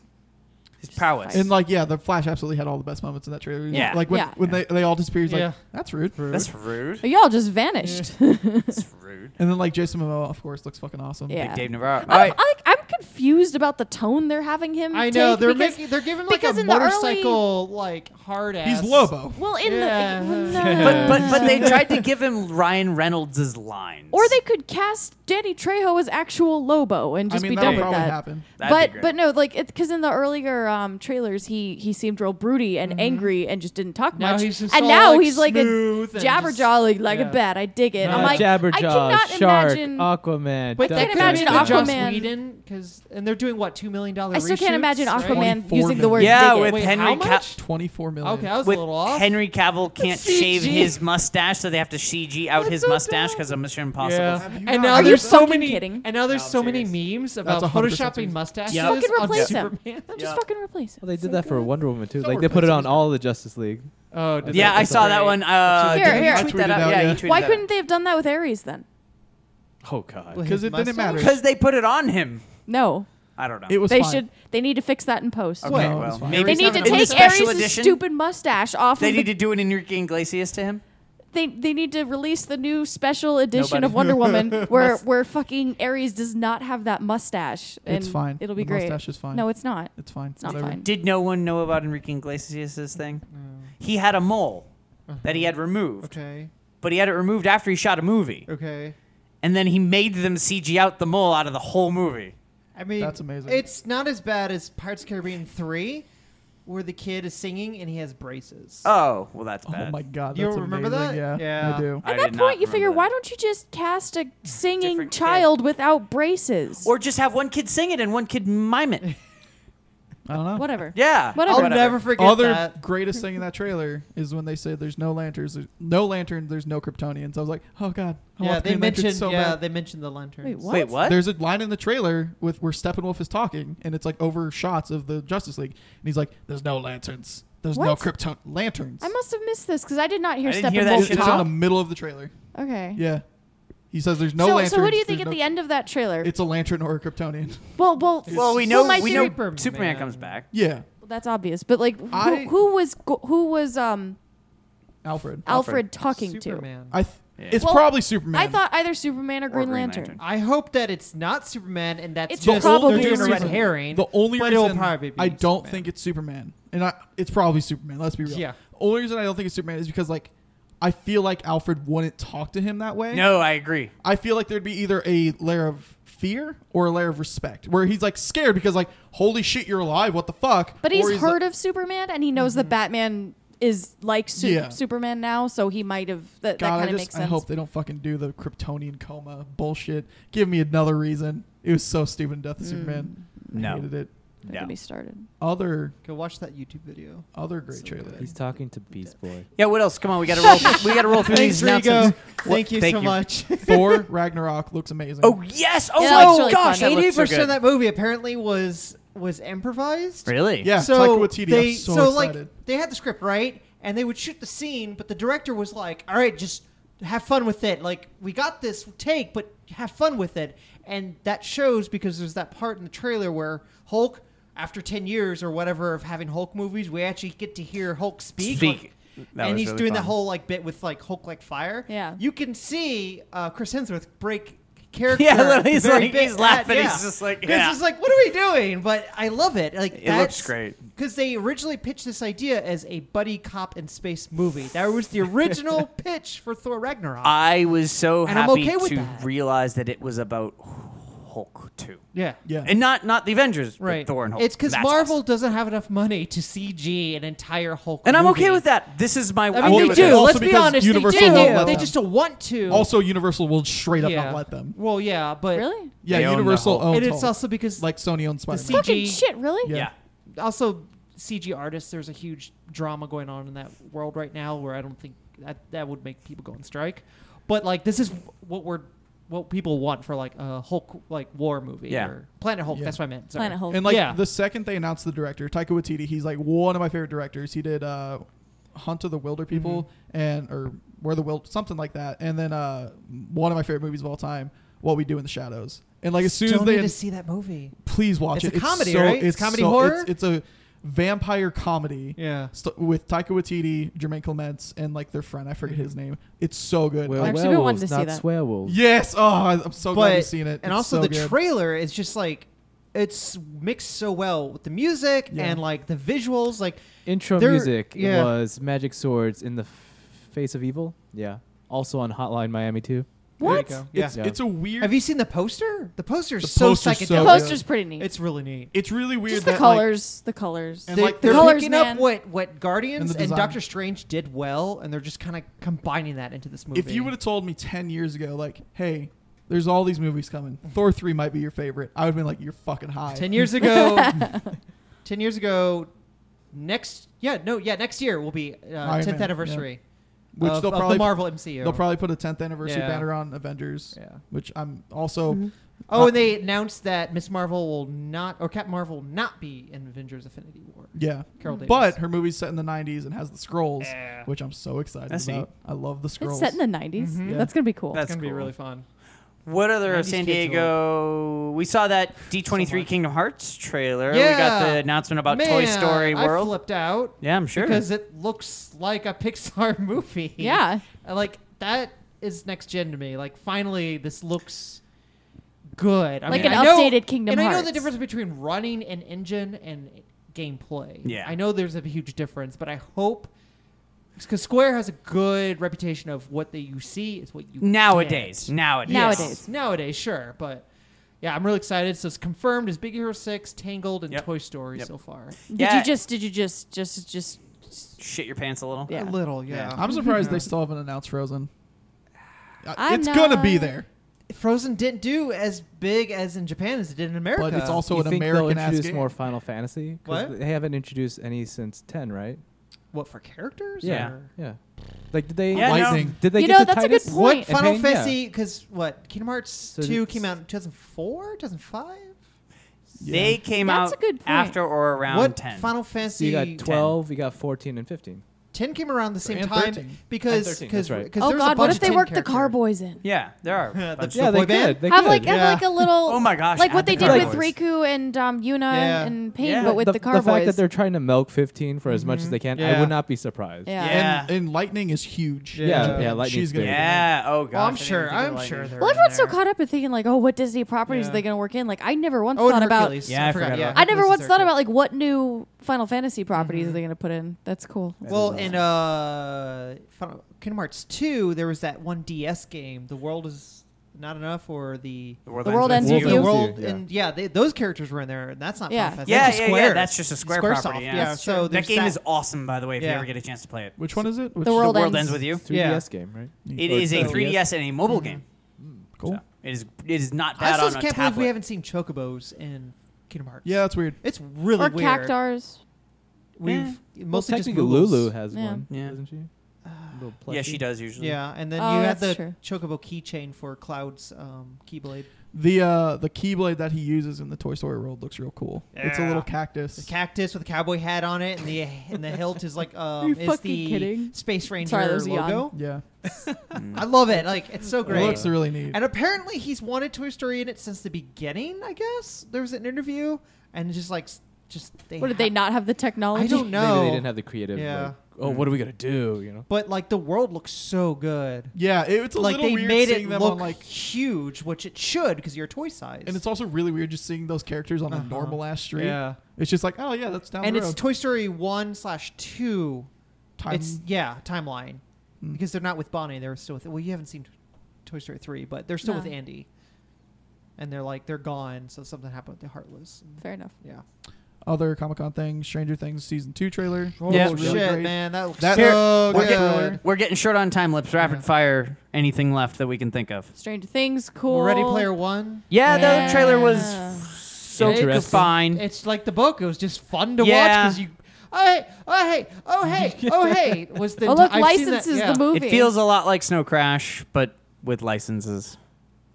A: his prowess.
C: And like, yeah, the Flash absolutely had all the best moments in that trailer.
A: Yeah.
C: like when,
B: Yeah.
C: when They, they all disappear, he's
F: Yeah.
C: like, "That's rude."
A: that's rude.
B: Y'all just vanished.
A: That's rude.
C: And then like Jason Momoa, of course, looks fucking awesome.
B: Yeah.
A: Big Dave Navarro. All
B: I'm,
A: right.
B: like, I'm confused about the tone they're having him.
F: I know
B: Mm, take
F: they're
B: because
F: making they're giving like
B: because
F: a
B: in the early-
F: motorcycle like
D: hard ass.
C: He's Lobo.
B: Well, in
D: Yeah.
B: the well, no.
A: But but but they tried to give him Ryan Reynolds' lines.
B: or they could cast Danny Trejo as actual Lobo and
C: I
B: just
C: mean,
B: be
C: that
B: done
C: would
B: with
C: probably
B: that.
C: happen.
A: That'd be
B: but
A: great.
B: but no, like because in the earlier um, trailers, he he seemed real broody and angry and just didn't talk
D: Now
B: much.
D: he's just
B: and
D: all,
B: now
D: like,
B: he's like a
D: smooth and
B: jabberjaw, like, like
D: yeah.
B: a bat. I dig it.
E: Uh,
B: I'm like,
E: Jabberjaw,
B: I cannot
E: Shark,
B: imagine.
E: Aquaman.
B: But I
E: Duck
B: can't
E: Duck.
B: imagine
D: with Joss
B: Aquaman.
D: Whedon, 'cause- and they're doing what two million dollar.
B: I still can't imagine Aquaman
C: 24
B: using the word
A: yeah,
B: dig it.
A: with
D: Wait,
A: Henry
D: how
A: Ca-
D: much?
C: Twenty-four million.
D: Okay, I was
A: with
D: a little off.
A: Henry Cavill can't shave
D: CG.
A: his mustache, so they have to CG out
D: That's
A: his
D: so
A: mustache
D: dumb.
A: because of Mission Impossible.
D: yeah.
C: Have you
D: And
C: not-
D: now
C: Are you
D: there's so
B: fucking
D: many.
B: kidding?
D: And now there's
A: No, I'm
D: so many memes about
C: That's 100%
D: photoshopping
C: serious.
D: mustaches
A: Yeah.
B: Fucking
D: on
B: replace him.
D: Superman.
B: Just fucking replace it.
E: Well, they
B: So
E: did that for
B: good.
E: Wonder Woman too.
C: Don't
E: Like they put it
C: replace
E: on
C: it.
E: all the Justice League.
D: Oh, did
A: Yeah,
D: they-
A: I saw that one. Uh,
B: Here,
A: didn't he
B: here.
A: tweet that
C: Tweeted
A: out?
C: out,
A: Yeah,
C: yeah.
A: he tweeted
B: Why couldn't they have done that with Ares then?
E: Oh God.
C: Because it didn't matter.
A: Because they put it on him.
B: No,
A: I don't know.
C: It was.
B: they
C: fine.
B: should. They need to fix that in post.
A: okay,
C: well,
A: well,
C: it's fine.
A: maybe
B: They
D: Ares
B: need to
D: having a
B: take
D: special
B: Ares'
A: edition?
B: stupid mustache off
A: they
B: of the
A: need to do an Enrique Iglesias to him.
B: they they need to release the new special edition
A: Nobody-
B: of Wonder Woman where where fucking Ares does not have that mustache. And
C: It's fine.
B: It'll be
C: The
B: great.
C: mustache is fine.
B: No, it's not.
C: It's fine.
B: It's not
C: Whatever.
B: fine.
A: Did no one know about Enrique Iglesias' thing? He had a mole
C: Uh-huh.
A: that he had removed,
F: Okay.
A: but he had it removed after he shot a movie,
F: Okay.
A: and then he made them CG out the mole out of the whole movie.
F: I mean,
C: That's amazing.
F: It's not as bad as Pirates of the Caribbean Three, where the kid is singing and he has braces.
A: Oh, well, that's
C: Oh
A: bad.
C: my god.
F: You
C: that's
F: remember
C: amazing.
F: that?
C: Yeah.
F: Yeah.
C: I do.
A: I
B: At
A: did
B: that
A: not
B: point, you
A: remember
B: figure,
A: that.
B: why don't you just cast a singing
A: Different kid.
B: child without braces?
A: Or just have one kid sing it and one kid mime it.
C: I don't know.
B: whatever.
A: Yeah.
B: Whatever.
F: I'll
B: Whatever.
F: never forget
C: Other
F: that.
C: greatest thing in that trailer is when they say there's no lanterns, there's no lanterns, there's no Kryptonians. I was like, oh god, I
F: Yeah,
C: want the
F: they
C: green lanterns
F: mentioned.
C: so
F: yeah,
C: bad.
F: they mentioned the lanterns.
B: Wait, what?
A: Wait, what?
C: There's a line in the trailer with where Steppenwolf is talking, and it's like over shots of the Justice League, and he's like, "There's no lanterns. There's no
B: What?
C: Krypton lanterns."
B: I must have missed this because I did not hear
A: I didn't
B: Steppenwolf
A: hear that
C: it's
A: shit at
C: it's in
A: all.
C: the
B: talk.
C: middle of the trailer.
B: Okay.
C: Yeah, he says there's no
B: so,
C: lanterns.
B: so what do you think
C: there's
B: at
C: no-
B: the end of that trailer?
C: It's a lantern or a Kryptonian.
B: well, well,
A: well, we know
B: my
A: we know
B: theory-
A: Superman,
F: Superman.
A: comes back.
C: yeah,
B: that's obvious. But like, who,
C: I-
B: who was go- who was um
C: Alfred.
B: Alfred, talking to?
F: Superman.
C: I. Th-
A: Yeah.
C: It's
B: Well,
C: probably Superman.
B: I thought either Superman or,
A: Green
B: Green, Lantern.
A: Lantern.
F: I hope that it's not Superman and that's
B: It's
F: just
B: probably
F: they're doing a red
B: Superman.
F: herring.
C: The only
F: but it'll
C: reason
F: probably be
C: I don't
F: Superman.
C: think it's Superman, and I, it's probably Superman. Let's be real.
F: Yeah.
C: Only reason I don't think it's Superman is because like I feel like Alfred wouldn't talk to him that way.
A: No, I agree.
C: I feel like there'd be either a layer of fear or a layer of respect, where he's like scared because like, holy shit, you're alive. What the fuck?
B: But he's,
C: Or
B: heard of Superman, and he knows that Batman is like su-
C: Yeah.
B: Superman now, so he might have. That, that
C: God, I
B: kind of
C: just
B: makes
C: I
B: sense.
C: hope they don't fucking do the Kryptonian coma bullshit. Give me another reason. It was so stupid. in Death
F: Hmm.
C: of Superman. I
A: No,
C: hated it.
B: Don't
A: no.
B: get me started.
C: Other
F: Go watch that YouTube video.
C: other great trailer.
E: He's talking to Beast Boy.
A: Yeah, what else? Come on, we gotta roll. we gotta roll through
F: Thanks,
A: these
F: Rigo.
A: announcements. What-
F: Thank you
A: thank
F: so
A: you.
F: much.
C: Thor Ragnarok looks amazing.
A: Oh yes! Oh
B: Yeah,
A: my
B: that's really
A: gosh!
B: fun.
A: that
F: Eighty
A: looks so
F: percent
A: good.
F: of that movie apparently was was improvised.
A: really?
C: yeah. Taika
F: So
C: Waititi, I'm
F: they
C: so, excited.
F: like they had the script right, and they would shoot the scene, but the director was like, "All right, just have fun with it. Like we got this take, but have fun with it." And that shows because there's that part in the trailer where Hulk, after ten years or whatever of having Hulk movies, we actually get to hear Hulk speak.
A: Speak. That
F: and
A: was
F: he's
A: really
F: doing the
A: fun.
F: whole like bit with like Hulk like fire.
B: Yeah.
F: you can see uh, Chris Hemsworth break character.
A: Yeah, literally, he's
F: the very
A: like-
F: bit
A: he's laughing,
F: at-
A: he's
F: yeah.
A: just like,
F: It's
A: yeah.
F: just like, what are we doing? But I love it. Like
A: It looks great.
F: because they originally pitched this idea as a buddy cop in space movie. That was the original pitch for Thor Ragnarok.
A: I was so
F: And I'm
A: happy
F: okay with
A: to
F: that.
A: realize that it was about Hulk too,
F: yeah.
C: yeah.
A: and not not the Avengers, but
F: Right.
A: Thor and Hulk.
F: It's because
A: That's
F: Marvel
A: awesome.
F: doesn't have enough money to CG an entire Hulk.
A: and I'm
F: movie.
A: okay with that. This is my.
F: I mean,
C: Well,
F: they
C: but
F: do.
C: also
F: Let's be
C: because
F: honest.
C: Universal
F: they do.
C: won't let
F: They
C: them.
F: just don't want to.
C: Also, Universal will straight up
F: Yeah.
C: not let them.
F: Well, yeah, but
B: Really?
C: Yeah,
A: They own the
C: Universal
A: whole-
C: owns
F: and it's
C: Hulk.
F: also because
C: like Sony owns Spider
F: C-
C: Man.
B: Fucking
F: CG.
B: shit! Really?
A: yeah.
F: also CG artists. There's a huge drama going on in that world right now where I don't think that that would make people go on strike. But like this is what we're what people want for like a Hulk like war movie
A: Yeah.
F: or Planet Hulk.
C: Yeah.
F: That's what I meant. Sorry.
B: Planet Hulk.
C: And like
F: Yeah.
C: the second they announced the director, Taika Waititi, he's like one of my favorite directors. He did uh, Hunt of the Wilder
F: Mm-hmm.
C: People and or Where the Wild something like that, and then uh, one of my favorite movies of all time, What We Do in the Shadows. And like as soon
F: Still
C: as they
F: need to see that movie.
C: please watch
F: It's a
C: it.
F: comedy,
C: it's so,
F: right?
C: It's,
F: It's comedy
C: so-
F: horror?
C: It's, it's a vampire comedy.
F: Yeah.
C: St- with Taika Waititi, Jermaine Clements, and like their friend, I forget his
F: Mm-hmm.
C: name. It's so good.
E: We're
C: Like,
B: Actually, been wanting
E: werewolves,
B: to see
E: not
B: that.
E: swearwolves.
C: yes. Oh, I'm so glad
F: But
C: you've seen it. It's
F: and also
C: so
F: the
C: good.
F: trailer is just like it's mixed so well with the music and like the visuals. Like
E: Intro
F: There-
E: music
F: yeah.
E: was Magic Swords in the F- Face of Evil. Yeah. Also on Hotline Miami too.
B: What?
F: There you go. Yeah.
C: It's
E: Yeah.
C: it's a weird.
F: Have you seen the poster? The poster's
C: The
F: so
C: poster's so
B: The
F: psychedelic.
C: good.
B: poster's pretty neat.
F: Oh, It's really neat.
C: it's really weird.
B: Just the
C: that,
B: colors. the colors.
C: And
F: They're,
C: like,
F: they're
B: the colors,
F: picking
B: man.
F: up what what Guardians
C: And the
F: and,
C: design.
F: Doctor Strange did well, and they're just kind of combining that into this
C: Like,
F: movie.
C: if you would have told me ten years ago, like, hey, there's all these movies coming. Thor three might be your favorite. I would have been like, you're fucking high.
F: Mm-hmm. ten years ago, ten years ago, next yeah no yeah next year will be
C: Iron
F: uh, tenth
C: Man,
F: anniversary
C: Which
F: of,
C: they'll
F: of
C: probably
F: the Marvel MCU.
C: they'll probably put a 10th anniversary
F: Yeah.
C: banner on Avengers,
F: yeah.
C: which I'm also.
F: Oh,
C: Uh,
F: and they announced that Miss Marvel will not, or Captain Marvel will not be in Avengers: Infinity War.
C: Yeah,
F: Carol Davis.
C: but her movie's set in the 90s and has the scrolls,
F: Yeah.
C: which I'm so excited
A: That's
C: about. I love the
B: It's
C: scrolls.
B: set in the 90s.
F: Mhm.
C: Yeah.
B: That's going to be cool.
A: That's
F: it's gonna be
A: cool.
F: really fun.
A: What other of
F: 90s
A: San
F: kids are like-
A: Diego? We saw that D23
F: Somewhat.
A: Kingdom Hearts trailer. we got
F: Yeah.
A: the announcement about
F: Man,
A: Toy Story
F: I
A: World.
F: flipped out
A: yeah, I'm sure.
F: because it looks like a Pixar movie.
B: yeah.
F: And, Uh, like that is next gen to me. Like finally, this looks good. I
B: Like
F: mean,
B: an
F: I know-
B: updated Kingdom
F: And I know
B: Hearts.
F: the difference between running an engine and gameplay.
A: Yeah.
F: I know there's a huge difference, but I hope because Square has a good reputation of what they you see is what you
A: nowadays,
F: get.
A: nowadays,
F: Yes.
B: Nowadays.
F: nowadays, sure, but. Yeah, I'm really excited. So it's confirmed as Big Hero Six, Tangled, and
A: Yep.
F: Toy Story
A: Yep.
F: so far.
B: Did
A: Yeah.
B: you just, did you just, just, just,
A: Shit your pants a little.
B: yeah.
F: A little, yeah.
C: I'm surprised they still haven't announced Frozen. Uh,
B: I'm
C: it's gonna
B: not-
C: be there,
F: Frozen didn't do as big as in Japan as it did in America.
C: but it's also
E: you
C: an
E: think
C: American
E: they'll
C: ass
E: introduce
C: game.
E: more Final Fantasy? 'Cause
F: What?
E: They haven't introduced any since 10, right?
F: what for characters?
A: Yeah.
F: or-
E: Yeah. Like did they
A: Yeah, no.
C: Lightning.
E: did they
B: You
E: get
B: know,
E: to
B: that's a
E: Titus?
B: good
F: What
B: Point.
F: Final
E: Pain, yeah.
F: Fantasy? Because what Kingdom Hearts
E: So
F: two
E: it's-
F: came out in 2004, 2005.
A: They came
B: That's
A: out
B: a good point.
A: after or around
F: what
A: 10.
F: Final
E: So
F: Fantasy?
E: you got 12, you got 14 and 15.
F: 10 came around the same
C: And
F: time
C: 13.
F: because
E: 13,
F: because
E: that's right.
F: because
B: Oh,
F: there was a
B: God. What
F: bunch
B: if
F: of
B: they
F: 10
B: worked the
F: characters.
B: carboys in?
A: yeah, there are. a
F: Yeah, the
A: bunch.
F: Yeah,
E: yeah,
F: boy
E: they
F: band?
E: could. They
B: have
E: could.
B: like have
F: Yeah.
B: like a little
A: Oh my gosh,
B: like
A: add
B: what
A: the
B: they did with
A: Carboys.
B: Riku and um, Yuna
F: Yeah.
B: and Pain,
A: Yeah.
B: but with
E: the,
B: the,
E: the
B: Carboys. Mm-hmm.
E: fact that they're trying to milk 15 for as much as they can, I
F: Yeah.
E: would not be surprised.
B: yeah.
A: Yeah.
C: And, and Lightning is huge.
F: Yeah.
C: in
E: Yeah,
C: Japan.
E: yeah, Lightning's
C: She's gonna.
E: big.
A: Yeah. Oh gosh.
F: Well, I'm
A: I didn't
F: sure.
A: think of
F: I'm
A: Lightning.
F: sure. they're
B: Well,
F: in
B: everyone's so
F: there.
B: caught up in thinking like, oh, what Disney properties
F: Yeah.
B: are they going to work in? Like, I never once
F: Oh, and
B: thought about.
F: Hercules.
A: Yeah, I forgot about
B: I never
F: Hercules
B: once
F: is
B: thought
F: there,
B: about like what new Final Fantasy properties
F: Mm-hmm.
B: are they going to put in. That's cool.
F: too. Well, in uh, Final- Kingdom Hearts two, there was that one DS game, The World Is Not Enough, or the
A: world
B: The world ends
E: with
F: the
E: you.
F: world,
E: Yeah.
F: and yeah, they, those characters were in there, and that's not
B: Yeah.
F: Final Fantasy.
A: Yeah,
F: that's
A: yeah,
F: just Square.
A: yeah. That's just a Square
F: Squaresoft,
A: property. Yeah.
F: yeah, so
A: that
F: Oh, there's
A: game
F: that.
A: is awesome, by the way. If you
F: Yeah.
A: ever get a chance to play it,
C: Which one is it? Which
B: The World
A: the world
B: Ends.
A: ends with you.
E: 3DS
F: Yeah.
E: game, right?
A: It is a 3DS and a mobile game.
C: Cool.
A: So it is. It is not
F: Mm-hmm. I
A: bad
F: still
A: on a
F: can't
A: tablet.
F: believe we haven't seen chocobos in Kingdom Hearts.
C: Yeah, that's weird.
F: it's really
B: or
F: weird.
B: Cactars.
F: We've
E: Well,
F: mostly just
E: technically
F: Moogles.
E: Lulu has
B: Yeah.
E: one,
A: Yeah.
E: doesn't she? Little
A: yeah,
E: plushie.
A: she does usually.
F: Yeah, and then
B: Oh,
F: you had the
B: that's
F: chocobo keychain for Cloud's um, keyblade.
C: The uh, the Keyblade that he uses in the Toy Story world looks real cool. It's a
F: Yeah.
C: little
F: The
C: cactus.
F: cactus with a cowboy hat on it, and the and the hilt is like um,
B: you
F: is
B: fucking
F: the
B: kidding?
F: space ranger
B: Sorry, that was a yawn.
F: logo.
C: yeah,
A: Mm.
F: I love it. Like it's so
C: it
F: great.
C: looks really neat.
F: And apparently he's wanted Toy Story in it since the beginning. I guess there was an interview, and just like s- just they
B: What did they
F: ha-
B: not have the technology?
F: I don't know.
E: Maybe they didn't have the creative.
F: Yeah.
E: Like, oh, what are we gonna do? You know.
F: But like the world looks so good.
C: Yeah, it- it's a
F: like
C: little
F: they
C: weird
F: made
C: seeing
F: it
C: them
F: look
C: on like,
F: huge, which it should because you're a toy size.
C: and it's also really weird just seeing those characters on a
F: Uh-huh.
C: normal ass street.
F: yeah,
C: It's just like, oh yeah, that's down
F: and
C: the
F: it's
C: road.
F: Toy Story one slash two.
C: Time-
F: It's yeah timeline
C: Mm.
F: because they're not with Bonnie. They're still with well, you haven't seen Toy Story three, but they're still
B: No.
F: with Andy, and they're like they're gone. So something happened with the Heartless.
B: Fair enough.
F: Yeah.
C: other Comic Con things, Stranger Things season two trailer.
F: Oh
A: Yeah.
C: Looks
F: shit,
C: really great.
F: man! That looks
C: That- We're
F: so good.
C: getting- Thriller.
A: We're getting short on time. Let's rapid fire anything left that we can think of.
B: Stranger Things, cool.
F: Ready Player One.
A: Yeah, the trailer was
B: Yeah.
A: so
E: Interesting.
A: fine.
F: It's like the book. It was just fun to
A: Yeah.
F: watch because you. Oh hey! Oh hey! Oh hey! Oh hey! Was the
B: Oh look,
F: I've seen that-
B: licenses
F: yeah.
B: the movie.
A: It feels a lot like Snow Crash, but with licenses.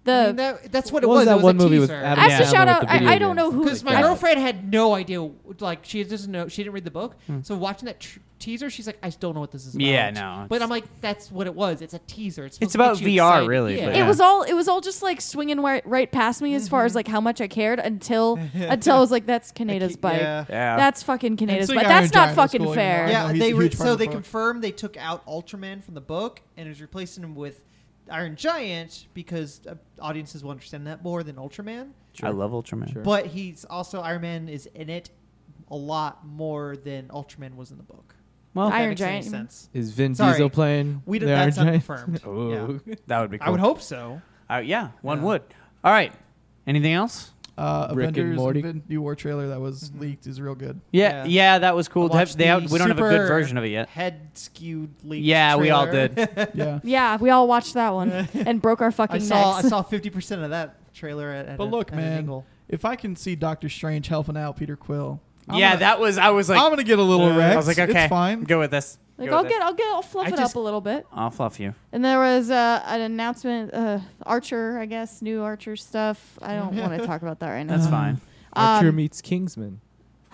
B: the.
F: I mean, that, that's what it
E: What
F: was.
E: was that
F: it was
E: one
F: a
E: movie with
F: teaser.
E: Adam
B: I have
A: Yeah.
B: to shout
E: Sandler with
B: out.
E: the
B: I,
E: video
B: I don't know
E: games.
B: who.
F: Because my
E: Yeah.
F: girlfriend had no idea. Like she doesn't know. She didn't read the book. So watching that tr- teaser, she's like, "I still know what this is about."
A: Yeah, no,
F: But
A: it's-
F: I'm like, "That's what it was. It's a teaser. It's,
A: It's
F: supposed
A: about
F: to get you
A: VR
F: excited."
A: really,
F: Yeah.
A: but-
B: it
A: Yeah.
B: was all it was all just like swinging right, right past me as far
F: Mm-hmm.
B: as like how much I cared until until I was like that's Kaneda's bike.
F: Yeah.
A: Yeah.
B: That's fucking
C: And
B: Kaneda's
C: seeing
B: bike.
C: Iron
B: That's not
C: Giant was
B: fucking
C: cool
B: fair.
C: anymore.
F: Yeah,
C: No, he's
F: they
C: a
F: re-
C: huge part
F: so
C: of the
F: they
C: book.
F: confirmed they took out Ultraman from the book and is replacing him with Iron Giant because uh, audiences will understand that more than Ultraman.
A: I love Ultraman.
E: Sure.
F: But he's also Iron Man is in it a lot more than Ultraman was in the book.
A: Well,
F: If that
B: Iron
F: makes any
B: Giant.
F: sense.
E: Is Vin
F: Sorry.
E: Diesel playing?
F: We did
E: the
F: that's
E: Iron
F: not
E: Giant?
F: confirmed.
E: Oh.
F: Yeah.
A: that would be cool.
F: I would hope so.
A: Uh, yeah, one
F: Yeah.
A: would. All right. Anything else?
C: Uh,
E: Rick and
C: Avengers
E: Morty.
C: Infinity War trailer that was leaked is real good.
A: Yeah, yeah,
F: Yeah.
A: that was cool.
F: I
A: Have-
F: watched
A: they out-
F: the
A: we don't have a good
F: super
A: version of it yet.
F: Head skewed leak.
A: Yeah, we all did.
C: Yeah.
B: Yeah, we all watched that one and broke our fucking
F: I saw
B: necks.
F: I saw fifty percent of that trailer at. at
C: But
F: a-
C: look,
F: at an
C: man.
F: angle.
C: if I can see Doctor Strange helping out Peter Quill, I'm
A: yeah,
C: gonna-
A: that was. I was like,
C: I'm gonna get a little
A: uh,
C: wrecked.
A: I was like, okay,
C: it's fine.
A: Go with this.
B: like
A: Go
B: I'll
A: with
B: get, I'll get, I'll fluff
F: I
B: it
F: just-
B: up a little bit.
A: it. I'll fluff you.
B: And there was uh, an announcement, uh, Archer, I guess, new Archer stuff. I don't want to talk about that right now.
A: That's fine.
E: Archer
B: Um,
E: meets Kingsman.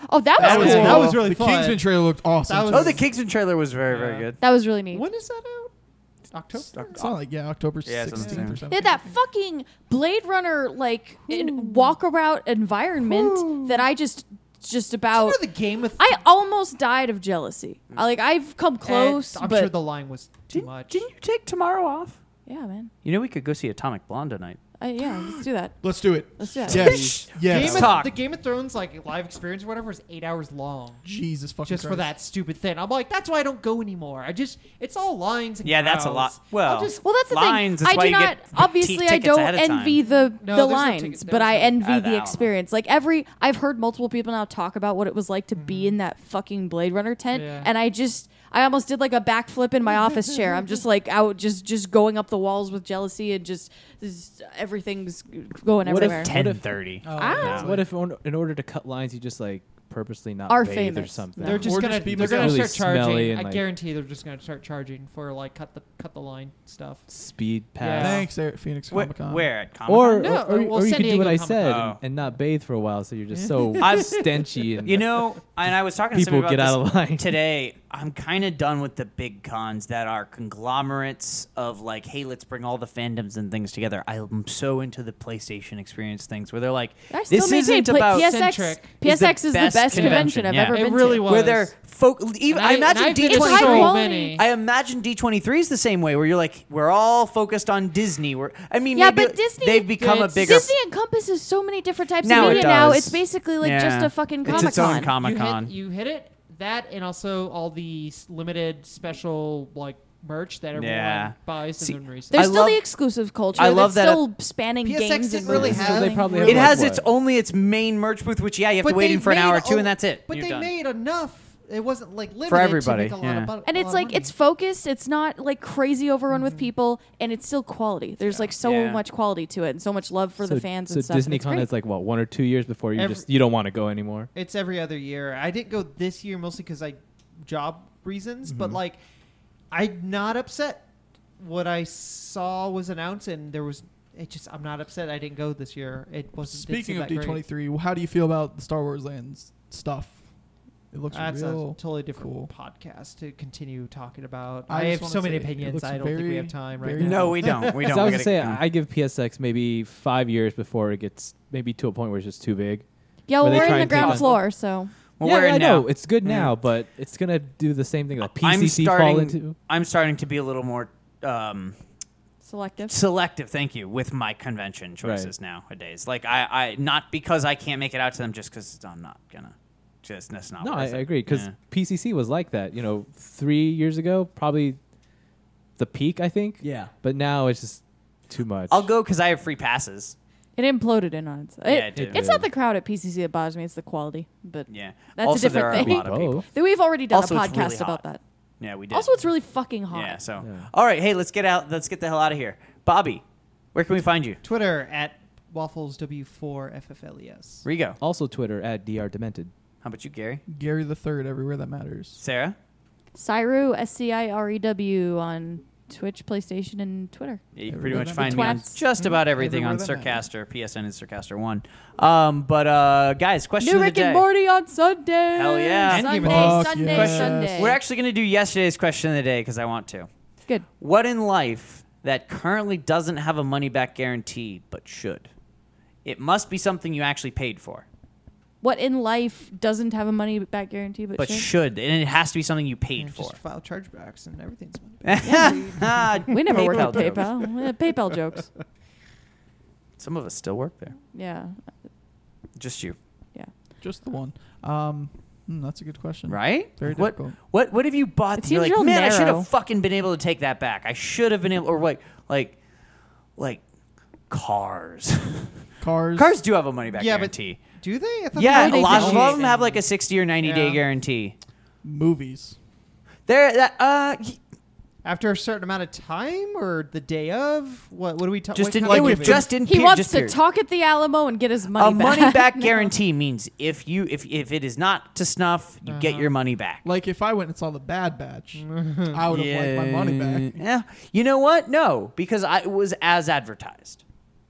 B: Oh, that,
A: That
B: was,
A: was
B: cool.
A: cool.
F: That was really
C: the
F: fun.
C: Kingsman trailer looked awesome.
F: That
C: too.
F: was-
A: Oh, the Kingsman trailer was very, very
F: Yeah.
A: good.
B: That was really neat.
F: When is that out? October.
C: It's not like yeah, October
A: Yeah, it's on the
C: sixteenth
A: same.
C: or something.
B: They had that fucking Blade Runner like in walk around environment that I just just
F: Oh,
B: about
F: the Game of
B: I almost died of jealousy. I, like I've come close,
F: Eh, I'm
B: but
F: sure the line was too
A: Didn't-
F: much.
A: Didn't you take tomorrow off?
B: yeah, man.
A: You know, we could go see Atomic Blonde tonight.
B: I, yeah, let's do that.
C: Let's do it.
B: Let's do that.
C: Yes.
F: Game
C: yes.
A: Let's
F: of,
A: talk.
F: The Game of Thrones like live experience or whatever is eight hours long.
C: Jesus fucking
F: Just for
C: Christ.
F: that stupid thing, I'm like, that's why I don't go anymore. I just, it's all lines. And
A: Yeah, that's a lot.
F: crowds. I'll
A: Well,
F: just-
B: Well, that's the
A: Lines,
B: thing.
A: that's
B: I
A: why
B: do
A: you
B: not.
A: get
B: Obviously,
A: t-
B: I
A: tickets
B: don't
A: ahead of time.
B: envy the
F: No,
B: the
F: there's no
B: lines,
F: ticket-
B: but I
F: there's
A: Ah,
F: no-
B: envy
A: that one.
B: the experience. Like every, I've heard multiple people now talk about what it was like to be in that fucking Blade Runner tent,
F: Mm-hmm. Yeah.
B: and I just, I almost did like a backflip in my office chair. I'm just like out, just just going up the walls with jealousy and just, just everything's going
E: What if
B: everywhere.
E: ten-
A: Ten thirty.
C: Oh,
B: Ah.
C: yeah.
E: What if, on, in order to cut lines, you just like purposely not
B: Are
E: bathe or
B: famous.
E: something?
F: they're just
C: Or
F: gonna,
C: just people
F: they're gonna
E: really
F: start
E: smelly
F: charging.
E: and,
F: I
E: like-
F: guarantee they're just gonna start charging for like cut the cut the line stuff.
E: speed
F: Yeah.
E: pass.
C: Thanks, Eric Phoenix
A: Where,
C: Comic Con.
A: where at Comic
E: Or,
F: No,
E: or, or,
F: well,
E: you
F: San
E: could do
F: Diego
E: what I
F: Comic-Con.
E: said
A: Oh.
E: and, and not bathe for a while, so you're just so
A: I've-
E: stenchy. And
A: You know, and I was talking to
E: People
A: somebody
E: get
A: about
E: out
A: this
E: of line.
A: today. I'm kind of done with the big cons that are conglomerates of like, hey, let's bring all the fandoms and things together. I'm so into the PlayStation experience things where they're like,
B: I still
A: this
B: maintain
A: isn't
B: pla-
A: about
B: PSX.
F: Centric
A: is the
B: PSX is the
A: best
B: best,
A: convention,
B: convention I've
A: yeah.
B: ever
F: It
B: been to.
F: really was.
A: where they're folk. Even
F: And
A: I,
F: I- and
A: imagine
F: I've been
A: D23.
B: to It's high quality.
F: many.
A: I imagine D23 is the same way where you're like, we're all focused on Disney. We're, I mean,
B: Yeah,
A: maybe
B: but Disney-
A: they've become a
F: It's-
A: bigger.
B: Disney encompasses so many different types
A: Now it
B: of media now.
A: does.
B: It's basically like
A: Yeah.
B: just a fucking Comic
A: It's its own
B: Con.
A: Comic
F: you
A: Con.
F: hit, you hit it that, and also all the s- limited special like merch that everyone
A: Yeah.
F: buys
A: See,
F: and then resell.
B: There's
A: I
B: still
A: love-
B: the exclusive culture.
A: I love
B: that's
A: that
B: still spanning
F: PSX
B: games.
F: didn't
B: and
F: really
B: movies.
F: have-
E: so they probably
F: It
E: have
A: It
E: like,
A: has
E: what?
A: its only its main merch booth, which yeah, you have to
F: But
A: wait
F: they
A: in for an
F: made
A: hour or
F: a-
A: two, and that's it.
F: But
A: You're
F: they
A: done.
F: made enough. It wasn't like limited
A: everybody,
F: To make a
A: yeah.
F: lot of bu-
B: And
F: a
B: it's
F: lot of
B: like
F: money.
B: it's focused. It's not like crazy overrun
F: Mm-hmm.
B: with people, and it's still quality. There's like so
A: Yeah.
B: much quality to it, and so much love for
E: so,
B: the fans
E: so
B: and stuff.
E: Disney
B: it's
E: Con
B: great.
E: is like what one or two years before you
F: Every-
E: just you don't want to go anymore.
F: It's every other year. I didn't go this year mostly because I job reasons, but
A: Mm-hmm.
F: like I'm not upset. What I saw was announced, and there was it just I'm not upset. I didn't go this year. It wasn't.
C: Speaking
F: didn't seem
C: of
F: that
C: D
F: great.
C: twenty three, how do you feel about the Star Wars Lands stuff? It looks
F: That's a
C: real.
F: totally different
C: cool.
F: podcast to continue talking about.
C: I
F: I,
C: just
F: have
C: wanna
F: so many
C: say, it
F: opinions.
C: looks
F: I don't think we
C: very,
F: have time right
C: very
F: now.
A: No, we don't. We don't.
E: So I
A: We
E: was gonna
A: gotta
E: say
A: get-
E: I give PSX maybe five years before it gets maybe to a point where it's just too big.
B: yeah,
E: where
B: well,
E: they
B: we're
E: try
B: in the
E: and take
B: ground
E: on-
B: floor, so
A: well,
E: yeah,
A: we're in
E: I
A: now.
E: know it's good
A: Yeah.
E: now, but it's gonna do the same thing like PCC
A: I'm
E: fall
A: starting.
E: into.
A: I'm starting to be a little more um,
B: selective.
A: selective. Thank you with my convention choices nowadays. Like I, I not because I can't make it out to them, just because I'm not gonna. Just that's not.
E: No, I, I
A: worth it.
E: agree because
A: Yeah.
E: PCC was like that. You know, three years ago, probably the peak. I think.
A: Yeah.
E: But now it's just too much.
A: I'll go because I have free passes.
B: It imploded in on itself.
A: Yeah, it did.
B: it's not the crowd at PCC that bothers me; it's the quality. But
A: Yeah,
B: That's a
A: also, there
B: different
A: are
B: thing.
A: A lot of people.
E: Both.
B: Th- we've already done
A: Also,
B: a
A: it's
B: podcast
A: really hot.
B: about that.
A: Yeah, we did.
B: Also, it's really fucking hot.
A: yeah. So,
E: Yeah.
A: all right, hey, let's get out. Let's get the hell out of here, Bobby. Where can we find you,
F: Twitter at waffles w4 ffles.
A: Rigo? How
E: Also, Twitter at dr demented.
A: about you, Gary?
C: Gary the Third, everywhere that matters.
A: Sarah?
B: Cyru S C I R E W on Twitch, PlayStation, and Twitter.
A: Yeah, you can
C: Everywhere
A: pretty much
C: that
A: find me on
B: matters.
A: just about everything on
C: Everywhere that
A: Circaster, PSN and Circaster One. Um, but uh, guys, question of
B: New
A: the
B: Rick
A: day.
B: and Morty on Sunday.
A: Hell yeah.
F: And
B: Sunday,
F: Game of
C: Thrones. Fuck
B: Sunday,
C: yes.
B: Sunday.
A: We're actually gonna do yesterday's question of the day because I want to.
B: good.
A: What in life that currently doesn't have a money back guarantee but should? It must be something you actually paid for.
B: What in life doesn't have a money back guarantee, but,
A: but
B: should?
A: should, and it has to be something you paid
F: You know,
A: for.
F: just file chargebacks and everything's money.
A: Ah,
B: we never worked
A: PayPal
B: out
A: jokes.
B: PayPal. Uh, PayPal jokes.
A: Some of us still work there.
B: Yeah.
A: Just you,
C: Just the one. Um, hmm, that's a good question.
A: right?
C: Very
A: what,
C: difficult.
A: what what have you bought?
B: It
A: that you're
B: seems
A: like,
B: real
A: man, I should
B: narrow."
A: have fucking been able to take that back. I should have been able, or like, like, like cars.
C: Cars.
A: cars do have a money back
F: Yeah, but-
A: guarantee.
F: Do they? I thought
A: yeah,
F: they
A: a
F: did.
A: lot of them
F: They
A: have like a sixty or ninety day
F: Yeah.
A: guarantee.
C: Movies.
A: There, that uh, y-
F: after a certain amount of time or the day of. What? What are we talking?
A: just in
F: kind of
A: like
F: movie?
A: just in
B: He
A: pe-
B: wants
A: just
B: to
A: period.
B: talk at the Alamo and get his money
A: a
B: back.
A: money back
B: No.
A: guarantee means if you if if it is not to snuff, you get your money back.
C: Like if I went and saw the Bad Batch, I would have liked my money back.
A: Mm, Yeah, you know what? No, because I it was as advertised.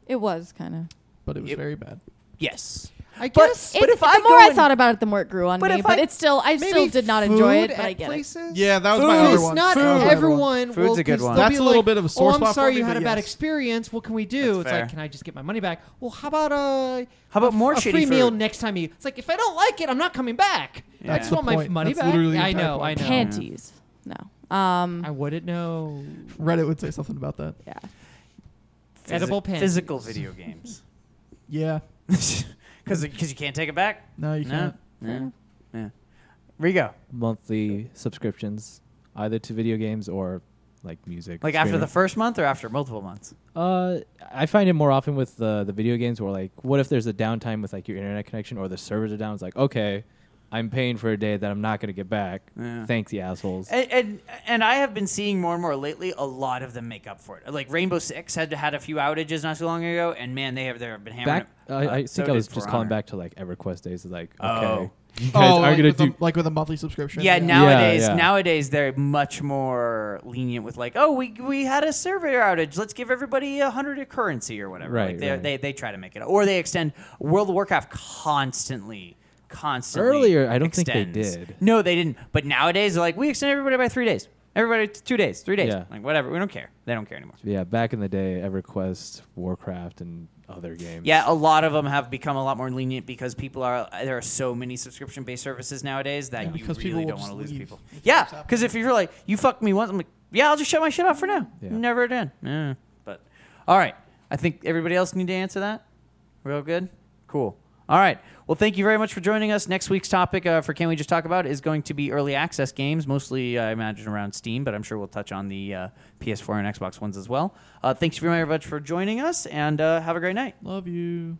B: It was kind of.
C: But it was
A: It-
C: very bad.
A: Yes,
F: I
A: but-
F: guess
A: But
B: It's-
A: if I
B: the more
A: go
B: I
A: and-
B: thought about it, the more it grew on
A: But
B: me.
A: if
B: But
A: I-
B: it's still, I
F: maybe
B: still did not enjoy
F: food
B: it. But
F: at
B: I get it.
F: places.
C: Yeah, that was
F: Food
C: my other
F: is
C: one.
F: Not
C: Food.
F: everyone.
A: Food's
F: will-
A: a good
F: 'cause
A: one.
F: they'll
C: That's
F: be
C: a little
F: like,
C: bit of a sore
F: oh, I'm
C: spot for
F: sorry,
C: me,
F: you had
C: but
F: a bad
C: yes.
F: experience. What can we do?
A: That's
F: it's
A: fair.
F: like, can I just get my money back? Well, how about a
A: How about
F: a f-
A: more
F: a
A: shitty
F: free meal
A: food?
F: next time you? It's like if I don't like it, I'm not coming back. I
A: That's
F: just
A: the
F: want my
C: point.
F: money
C: That's
F: back.
C: literally the
F: I
C: entire
F: know.
C: point.
F: I know.
B: Panties. No. Um.
F: I wouldn't know.
C: Reddit would say something about that.
B: Yeah.
A: Physi-
F: Edible panties.
A: physical video games.
C: Yeah.
A: Because you can't take it back.
C: No, you
A: No.
C: can't.
A: Yeah, yeah. Rigo,
E: monthly subscriptions, either to video games or like music.
A: like after the
E: streaming.
A: first month or after multiple months?
E: uh, I find it more often with the the video games. Where like, what if there's a downtime with like your internet connection or the servers are down? It's like, okay, I'm paying for a day that I'm not gonna get back.
A: Yeah.
E: Thanks, you assholes.
A: And, and and I have been seeing more and more lately. A lot of them make up for it. Like Rainbow Six had had a few outages not too long ago, and man, they have they have been hammering.
E: back,
A: it. uh,
E: I I think
A: so
E: I was
A: did For
E: just calling
A: Honor.
E: back to like EverQuest days. Like, okay,
A: Oh.
E: you guys
C: Oh,
E: are
C: like
E: gonna
C: with,
E: do
C: a, like with a monthly subscription.
A: Yeah, nowadays
E: yeah.
A: nowadays they're much more lenient with like, oh, we we had a server outage. Let's give everybody a hundred of currency or whatever. Like,
E: Right,
A: they
E: right.
A: they they try to make it, or they extend World of Warcraft constantly. Constantly
E: Earlier, I don't think they
A: extends.
E: did.
A: No, they didn't. But nowadays, they're like, we extend everybody by three days. Everybody, t- two days, three days.
E: Yeah.
A: Like, whatever. We don't care. They don't care anymore.
E: yeah. Back in the day, EverQuest, Warcraft, and other games.
A: Yeah, a lot of them have become a lot more lenient because people are there are so many subscription based services nowadays that
E: Yeah.
A: you
C: Because people
A: really
C: will
A: don't
C: just
A: want to lose
C: leave.
A: people.
C: That's
A: Yeah,
C: what's happening.
A: because if you're like you fucked me once, I'm like yeah, I'll just shut my shit off for now.
E: Yeah.
A: Never again. Yeah. But all right, I think everybody else need to answer that. Real good. Cool. All right. Well, thank you very much for joining us. Next week's topic uh, for Can We Just Talk About is going to be early access games, mostly, uh, I imagine, around Steam, but I'm sure we'll touch on the uh, PS4 and Xbox ones as well. Uh, thanks very much for joining us, and uh, have a great night.
C: Love you.